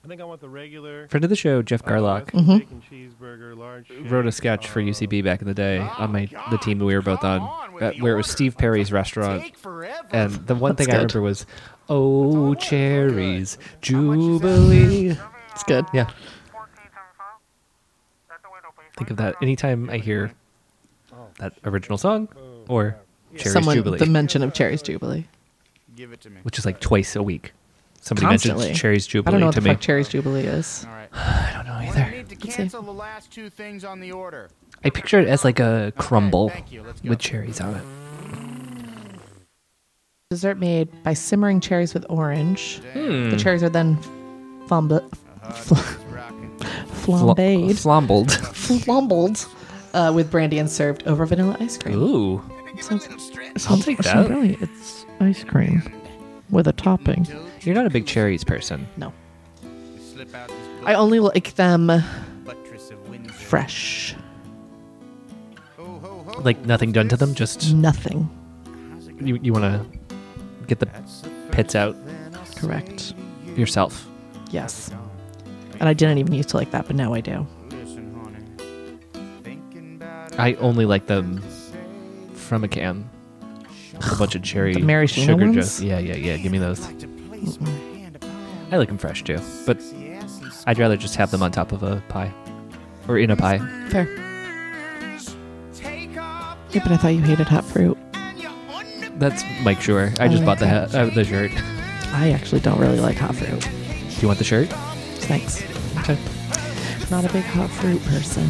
I think I want the regular. Friend of the show, Jeff uh, Garlock, Western Bacon cheeseburger, large. Mm. wrote a shake, sketch for uh, UCB back in the day on my the team that we were both on, Come on with uh, the where it was order. Steve Perry's restaurant. Take forever. Uh, And Um, the one That's thing I good. remember was, oh cherries, jubilee. It's good. Yeah. Think of that anytime I hear that original song or cherries Someone, jubilee, the mention of Cherry's Jubilee. Give it to me. which is like twice a week. Somebody Constantly. mentions cherries jubilee I don't know what to the me. fuck Cherry's Jubilee is. All right. I don't know We're either. gonna need to see. cancel the last two things on the order. I picture it as like a crumble thank you. Let's go. with cherries on it. Dessert made by simmering cherries with orange. Damn, Hmm. The cherries are then flambe- it's rocking. Fl- flambéed, flambled. flambled uh, with brandy and served over vanilla ice cream. Ooh, I'll take So that. really, it's ice cream with a topping. You're not a big cherries person. No, Slip out this I only like them buttress of Windsor. fresh. Ho, ho, ho. Like nothing done to them, just Mm. Nothing. you, you want to get the pits out Correct. yourself. Yes. And I didn't even used to like that, but now I do. Listen, honey. Thinking about I only like them from a can. A bunch of cherry The Mary Shana sugar ones? just yeah, yeah, yeah. Give me those. to place my hand upon I like them fresh too, but the ass and I'd rather just have them on top of a pie or in a pie. Fair. take off Yeah, but I thought you hated hot fruit. and your underpants. That's Mike Sure. I just bought the ha- uh, the shirt. Do I actually don't really like hot fruit. you want the shirt? Thanks. Okay. Not a big hot fruit person.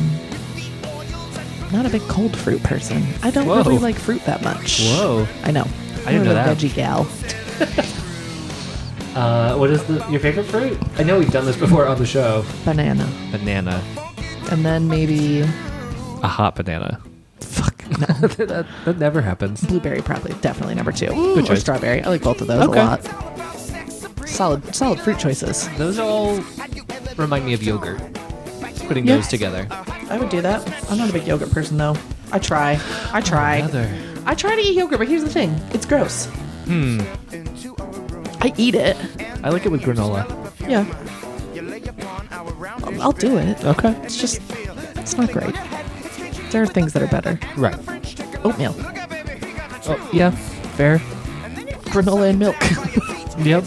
Not a big cold fruit person. I don't Whoa. really like fruit that much. Whoa. I know. I didn't More know of a that. Veggie gal. Uh, what is the, your favorite fruit? I know we've done this before on the show. Banana. Banana, And then maybe a hot banana. fuck no. that, that never happens. Blueberry probably definitely number two. Good or choice. strawberry. I like both of those Okay. a lot. Solid solid fruit choices. Those all remind me of yogurt. Putting Yeah. those together. I would do that. I'm not a big yogurt person though. I try. I try. Another. I try to eat yogurt, but here's the thing. It's gross. Hmm. I eat it. I like it with granola. Yeah. You lay upon our round dish I'll do it. Okay. It's just it's Oh. not great. There are things that are better. Right. Oatmeal, Oh, yeah. Fair. granola and milk. Yep.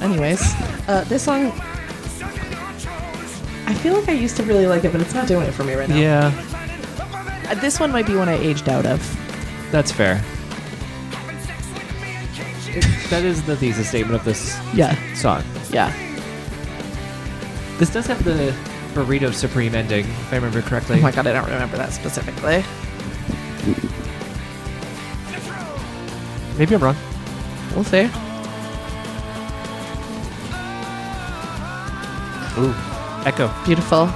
Anyways, uh, this song I feel like I used to really like it, but it's not doing it for me right now. Yeah, Uh, This one might be one I aged out of. that's fair. that is the thesis statement of this Yeah. song. Yeah. This does have the burrito supreme ending, if I remember correctly. Oh my god, I don't remember that specifically. Maybe I'm wrong. We'll see. Ooh, echo. Beautiful.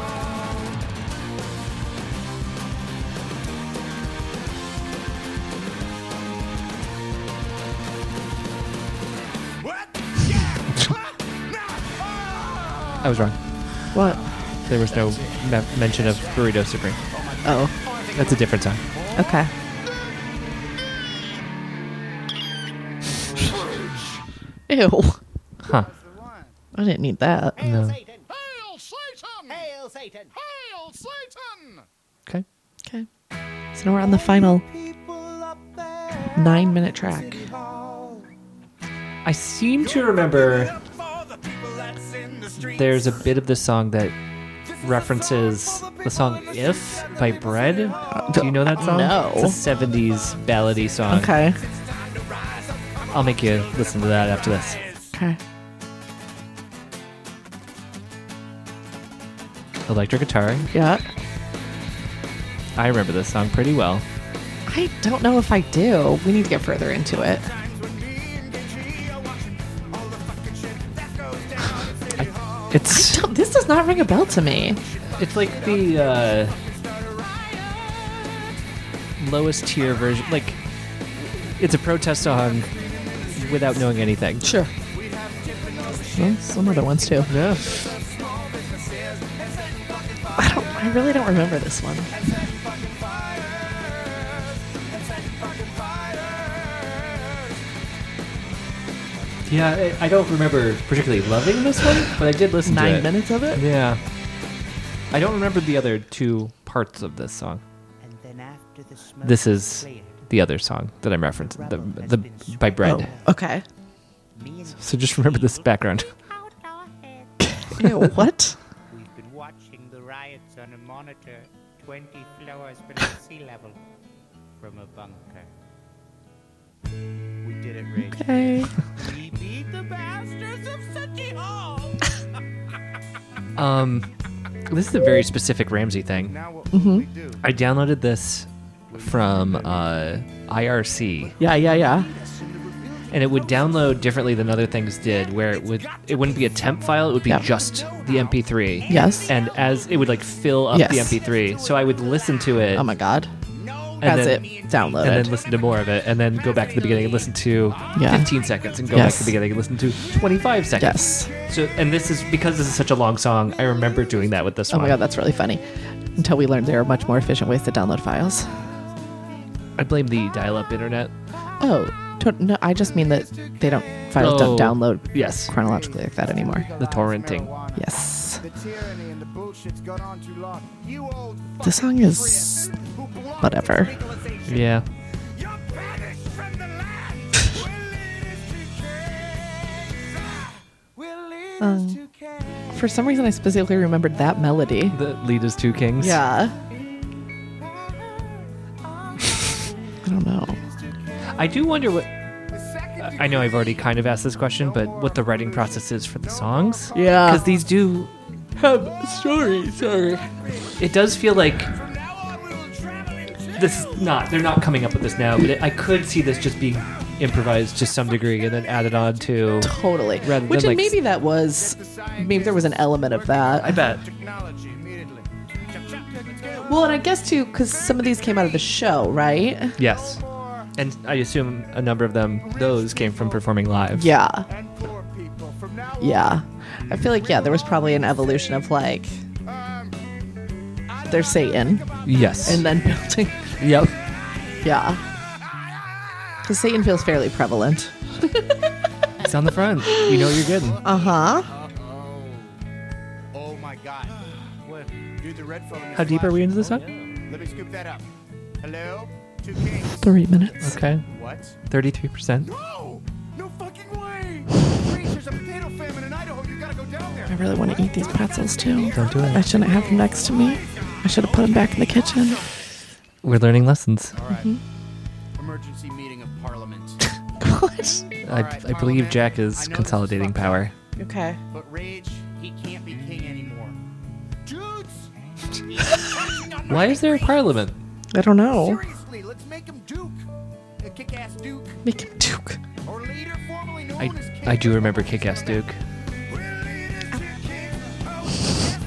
I was wrong. What? There was no me- mention of Burrito Supreme. Oh, That's a different song. okay. Ew. Huh. I didn't need that. No. Satan! Hail Satan! Hail Satan! Hail Satan! Okay. Okay. So now we're on the final nine minute track. I seem to remember there's a bit of this song that references the song If by Bread. Do you know that song? No. It's a 70s ballady song. Okay. I'll make you listen to that after this. Okay. Electric guitar. Yeah. I remember this song pretty well. I don't know if I do. We need to get further into it. It's Don't- This does not ring a bell to me. it's like the uh, lowest tier version. Like it's a protest song without knowing anything. Sure. Well, some other ones too. Yeah. I don't. I really don't remember this one. Yeah, I I don't remember particularly loving this one, but I did listen to it. Nine minutes of it. Yeah. I don't remember the other two parts of this song. And then after the smoke This is cleared, the other song that I'm referencing, the, the by Bread. Oh, okay. me and So just remember this background. Ew, what? We've been watching the riots on a monitor 20 floors below sea level from a bunker. We did it, Rich. Okay. We beat the bastards of City Hall! Um, this is a very specific Ramsey thing. Now what Mm-hmm. will we do? I downloaded this from uh, IRC, Yeah, yeah, yeah. and it would download differently than other things did, where it would it wouldn't be a temp file; it would be Yeah. just the MP3. Yes. And as it would like fill up Yes. the MP3, so I would listen to it. Oh my god. and As then- it and then downloaded. listen to more of it, and then go back to the beginning and listen to Yeah. 15 seconds, and go back Yes. to the beginning and listen to 25 seconds. Yes. So, and this is because this is such a long song. I remember doing that with this Oh one. my god, that's really funny. Until we learned there are much more efficient ways to download files. I blame the dial-up internet. Oh, to- no, I just mean that they don't files don't Oh, download yes. chronologically like that anymore. The torrenting. Yes. The tyranny and the bullshit's gone on too long. You old This song is whatever. Yeah. You're banished from the land. Will lead us to cancer. Will lead us Um, to cancer. For some reason, I specifically remembered that melody. The lead is two kings. Yeah. I don't know. I do wonder what. I know I've already kind of asked this question, but what the writing process is for the songs? Yeah. Because these do have stories. Sorry. It does feel like this is not. They're not coming up with this now, but it, I could see this just being improvised to some degree and then added on to. Totally. Rather Which than, like, and maybe that was maybe there was an element of I that. bet. Technology immediately. Chop, chop, let's go. Well, and I guess too, because some of these came out of the show, right? Yes. And I assume a number of them, those came from performing live. Yeah. And poor people from now on. Yeah. I feel like, yeah, there was probably an evolution of like, they're Satan Yes. and then building. yep. Yeah. Because Satan feels fairly prevalent. It's on the front. You know what you're getting. Uh huh. Oh my god. What? Dude, the red phone. is How deep are we flashing. into this one? Let me scoop that up. Hello? Two kings. Three minutes. Okay. What? 33%. No! Oh! No fucking way! Reach, there's a potato famine in Idaho. You gotta go down there. I really want to eat these pretzels too. Don't do it. I shouldn't have them next to me. I should have put them back in the kitchen. We're learning lessons. All right. Emergency meeting of parliament. I, God. All right, I believe Parliament, Jack I know is this is consolidating fucked up. power. Okay. But Rage, he can't be king anymore. Dudes! Why is there a parliament? I don't know. Seriously, let's make him Duke. A kick-ass Duke. Make him Duke. Or leader formerly known I, as King. I do remember Kick Ass Duke. Ah.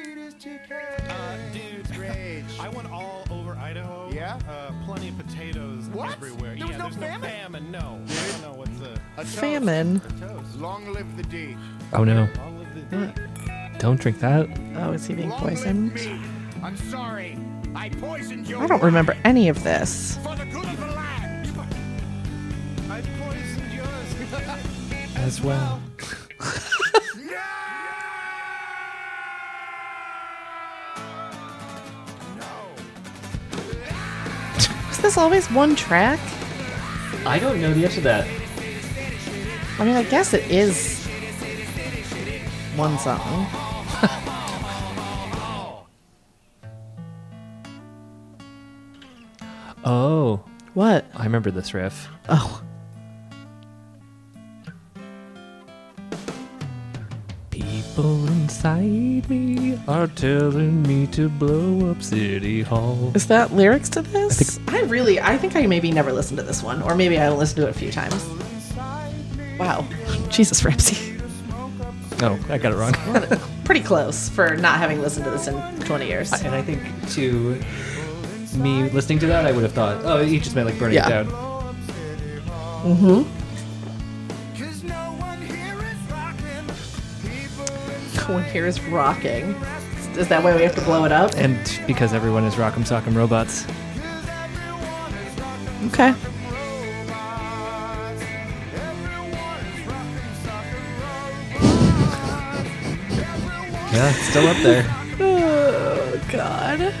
Uh, dudes, Rage. I went all over Idaho. Yeah? Uh, plenty of potatoes What? everywhere. There was yeah, no there's famine? no famine. No. I don't know what's a, A toast. Famine. a toast. Long live the D. Oh no. All of the Hmm. Don't drink that. Oh, is he being Long live poisoned? me. I'm sorry. I poisoned your I don't wine remember any of this. For the good of the land. I poisoned yours. As well. Is this always one track? I don't know the answer to that. I mean, I guess it is one song. Oh, What? I remember this riff. Oh, People inside me are telling me to blow up City Hall. is that lyrics to this? I, really, I think I maybe never listened to this one, or maybe I listened to it a few times. Wow, Jesus, Ramsey, Oh, I got it wrong. pretty close for not having listened to this in 20 years. And I think to me listening to that, I would have thought, oh, he just meant like burning Yeah. it down. Cause no one here is rocking. People in One here is rocking. Is that why we have to blow it up? and because everyone is Rock'em Sock'em Robots. Okay. Yeah, it's still up there. Oh God.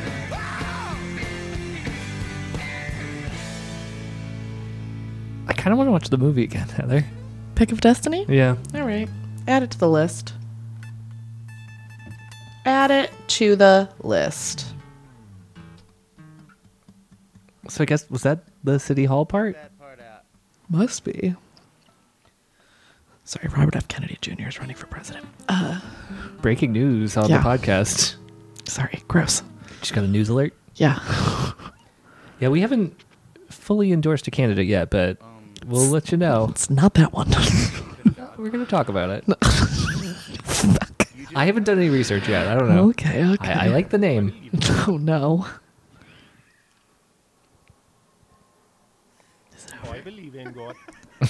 I kind of want to watch the movie again, Heather. Pick of Destiny. Yeah. All right. Add it to the list. Add it to the list. So I guess, was that the City Hall part? Must be. Sorry, Robert F. Kennedy Jr. is running for president. Breaking news on Yeah. the podcast. Sorry, gross. Just got a news alert. Yeah. Yeah, we haven't fully endorsed a candidate yet, but we'll let you know. It's not that one. We're going to talk about it. I haven't done any research yet. I don't know. okay, okay. I, I like the name. Oh no. oh, I believe in God. I,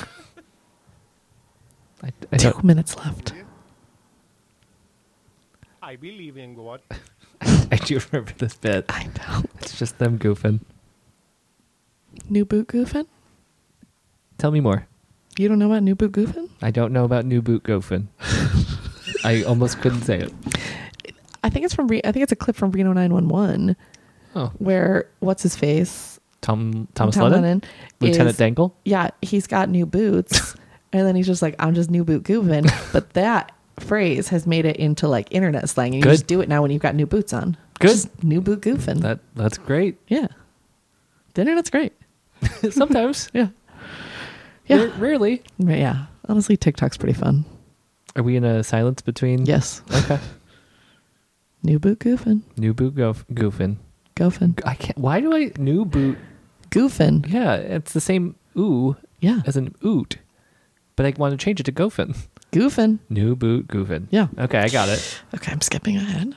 I Two don't, minutes left. I believe in God. I do remember this bit. I know. It's just them goofing. New boot goofing? Tell me more. You don't know about new boot goofing? I don't know about new boot goofing. I almost couldn't say it. I think it's from Re- I think it's a clip from Reno 911 Oh, where what's his face? Tom Thomas Tom Lennon, Lennon Lieutenant is- Dangle. yeah, he's got new boots. and then he's just like, I'm just new boot goofing. But that phrase has made it into like internet slang. And you Good. just do it now when you've got new boots on. Good. Just new boot goofing. That that's great. yeah. The internet's great. Sometimes, Yeah. Yeah. Ra- rarely. Right, yeah. Honestly, TikTok's pretty fun. Are we in a silence between? Yes. Okay. New boot goofing. New boot goof- goofing. Goofing. I can't. Why do I new boot? Goofing. Yeah, it's the same ooh Yeah. as an oot, but I want to change it to goofing. Goofing. New boot goofing. Yeah. Okay, I got it. Okay, I'm skipping ahead.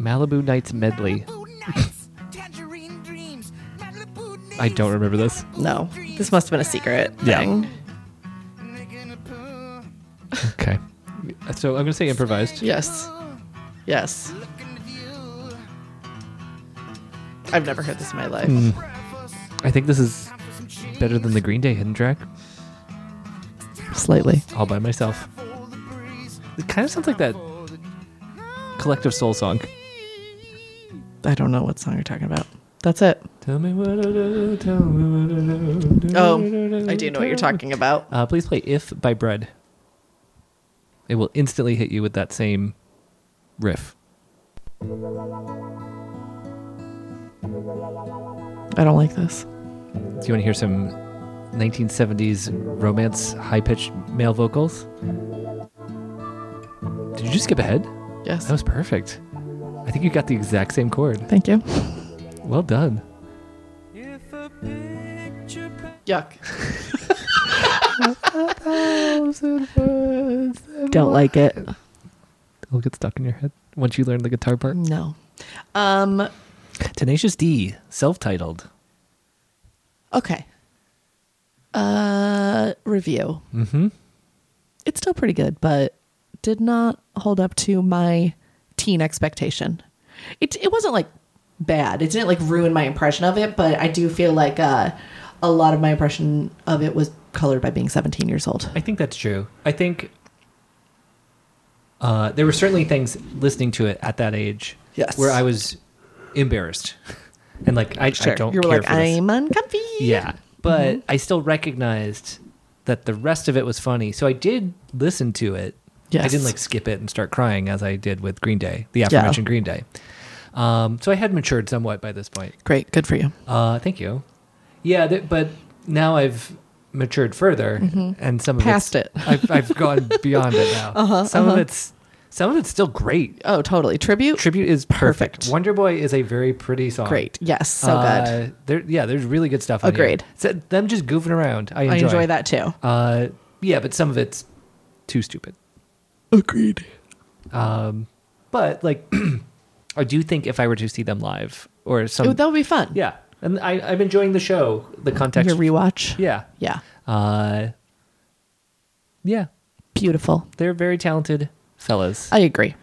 Malibu Nights medley. Malibu nights, tangerine dreams, Malibu I don't remember this. No. This must have been a secret Yeah. thing. Okay. So I'm gonna say improvised. Yes. Yes. I've never heard this in my life. Mm. Hmm. I think this is better than the Green Day hidden track. Slightly. All by myself. It kind of sounds like that collective soul song. I don't know what song you're talking about. That's it. Tell me what I do, tell me what I do. Oh, I do know what you're talking about. Uh, please play If by Bread. It will instantly hit you with that same riff. I don't like this. Do you want to hear some 1970s romance high pitched male vocals? Did you just skip ahead? Yes. That was perfect. I think you got the exact same chord. Thank you. Well done. Yuck. don't like it. It'll get stuck in your head once you learn the guitar part. No. Um. Tenacious D, self titled. Okay. Uh. Review. Mm hmm. It's still pretty good, but did not hold up to my teen expectation. It it wasn't like bad. It didn't like ruin my impression of it, but I do feel like uh, a lot of my impression of it was colored by being 17 years old. I think that's true. I think uh, there were certainly things listening to it at that age Yes. where I was embarrassed and like I, I don't you were care like for this. I'm Mm-hmm. uncomfy. yeah, but I still recognized that the rest of it was funny, so I did listen to it. I Yes. didn't like skip it and start crying as I did with Green Day, the aforementioned Green Day. Um, so I had matured somewhat by this point. Great, good for you. Uh, thank you. Yeah, th- but now I've matured further, and some of Mm-hmm. Past it's- it. Uh-huh, I've, I've gone beyond it now. some of it's some of it's still great. Oh, totally. Tribute. Tribute is perfect. Perfect. Wonder Boy is a very pretty song. Great. Yes, so good. Uh, There, yeah, there's really good stuff. on here. Agreed. So them just goofing around. I enjoy, I enjoy that too. Uh, yeah, but some of it's too stupid. Um, Agreed. But like, I do think if I were to see them live or some, that would be fun. yeah, and I, I'm enjoying the show, the context. Your rewatch. yeah, Yeah. uh, yeah, Beautiful. they're very talented fellas. I agree.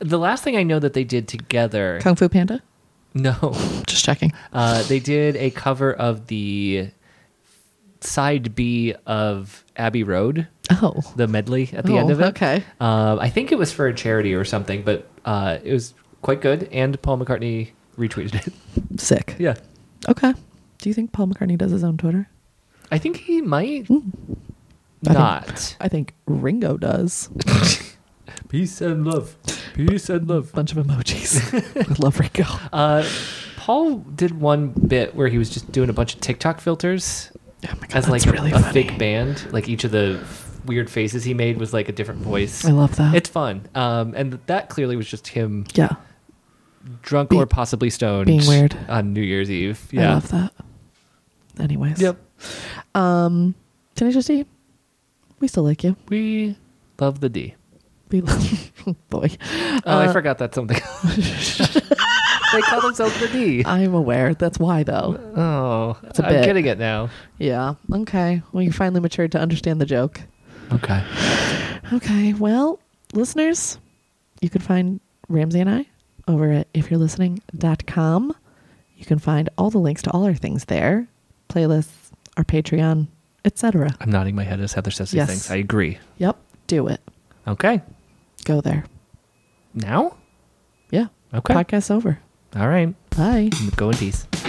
the last thing I know that they did together, Kung Fu Panda. no, Just checking. uh, they did a cover of the side B of Abbey Road. Oh. the medley at the end Oh, of it. okay. Um, I think it was for a charity or something, but uh, it was quite good. And Paul McCartney retweeted it. Sick. yeah. Okay. Do you think Paul McCartney does his own Twitter? I think he might think- not. Hmm. I think Ringo does. Peace and love. Peace and love. Bunch of emojis. I love Ringo. Uh, Paul did one bit where he was just doing a bunch of TikTok filters Oh my God, as like that's a, really a funny. fake band. Like each of the weird faces he made was like a different voice. I love that. It's fun. Um, and that clearly was just him yeah. drunk Be- or possibly stoned being weird. on New Year's Eve. I Yeah. love that. Anyways. Yep. Um, Tenacious D, we still like you. We love the D. We love boy. Oh, Uh, I forgot that's something. they call themselves the D. I'm aware. That's why though. Oh, Uh, a I'm bit. getting it now. Uh. Yeah. Okay. Well, you finally matured to understand the joke. Okay. Okay. Well, listeners, you can find Ramsey and I over at ifyou'relistening.com. You can find all the links to all our things there, playlists, our Patreon, etc. I'm nodding my head as Heather says these Yes. things. I agree. Yep. Do it. Okay. Go there. Now? Yeah. Okay. Podcast's over. All right. Bye. Go in peace.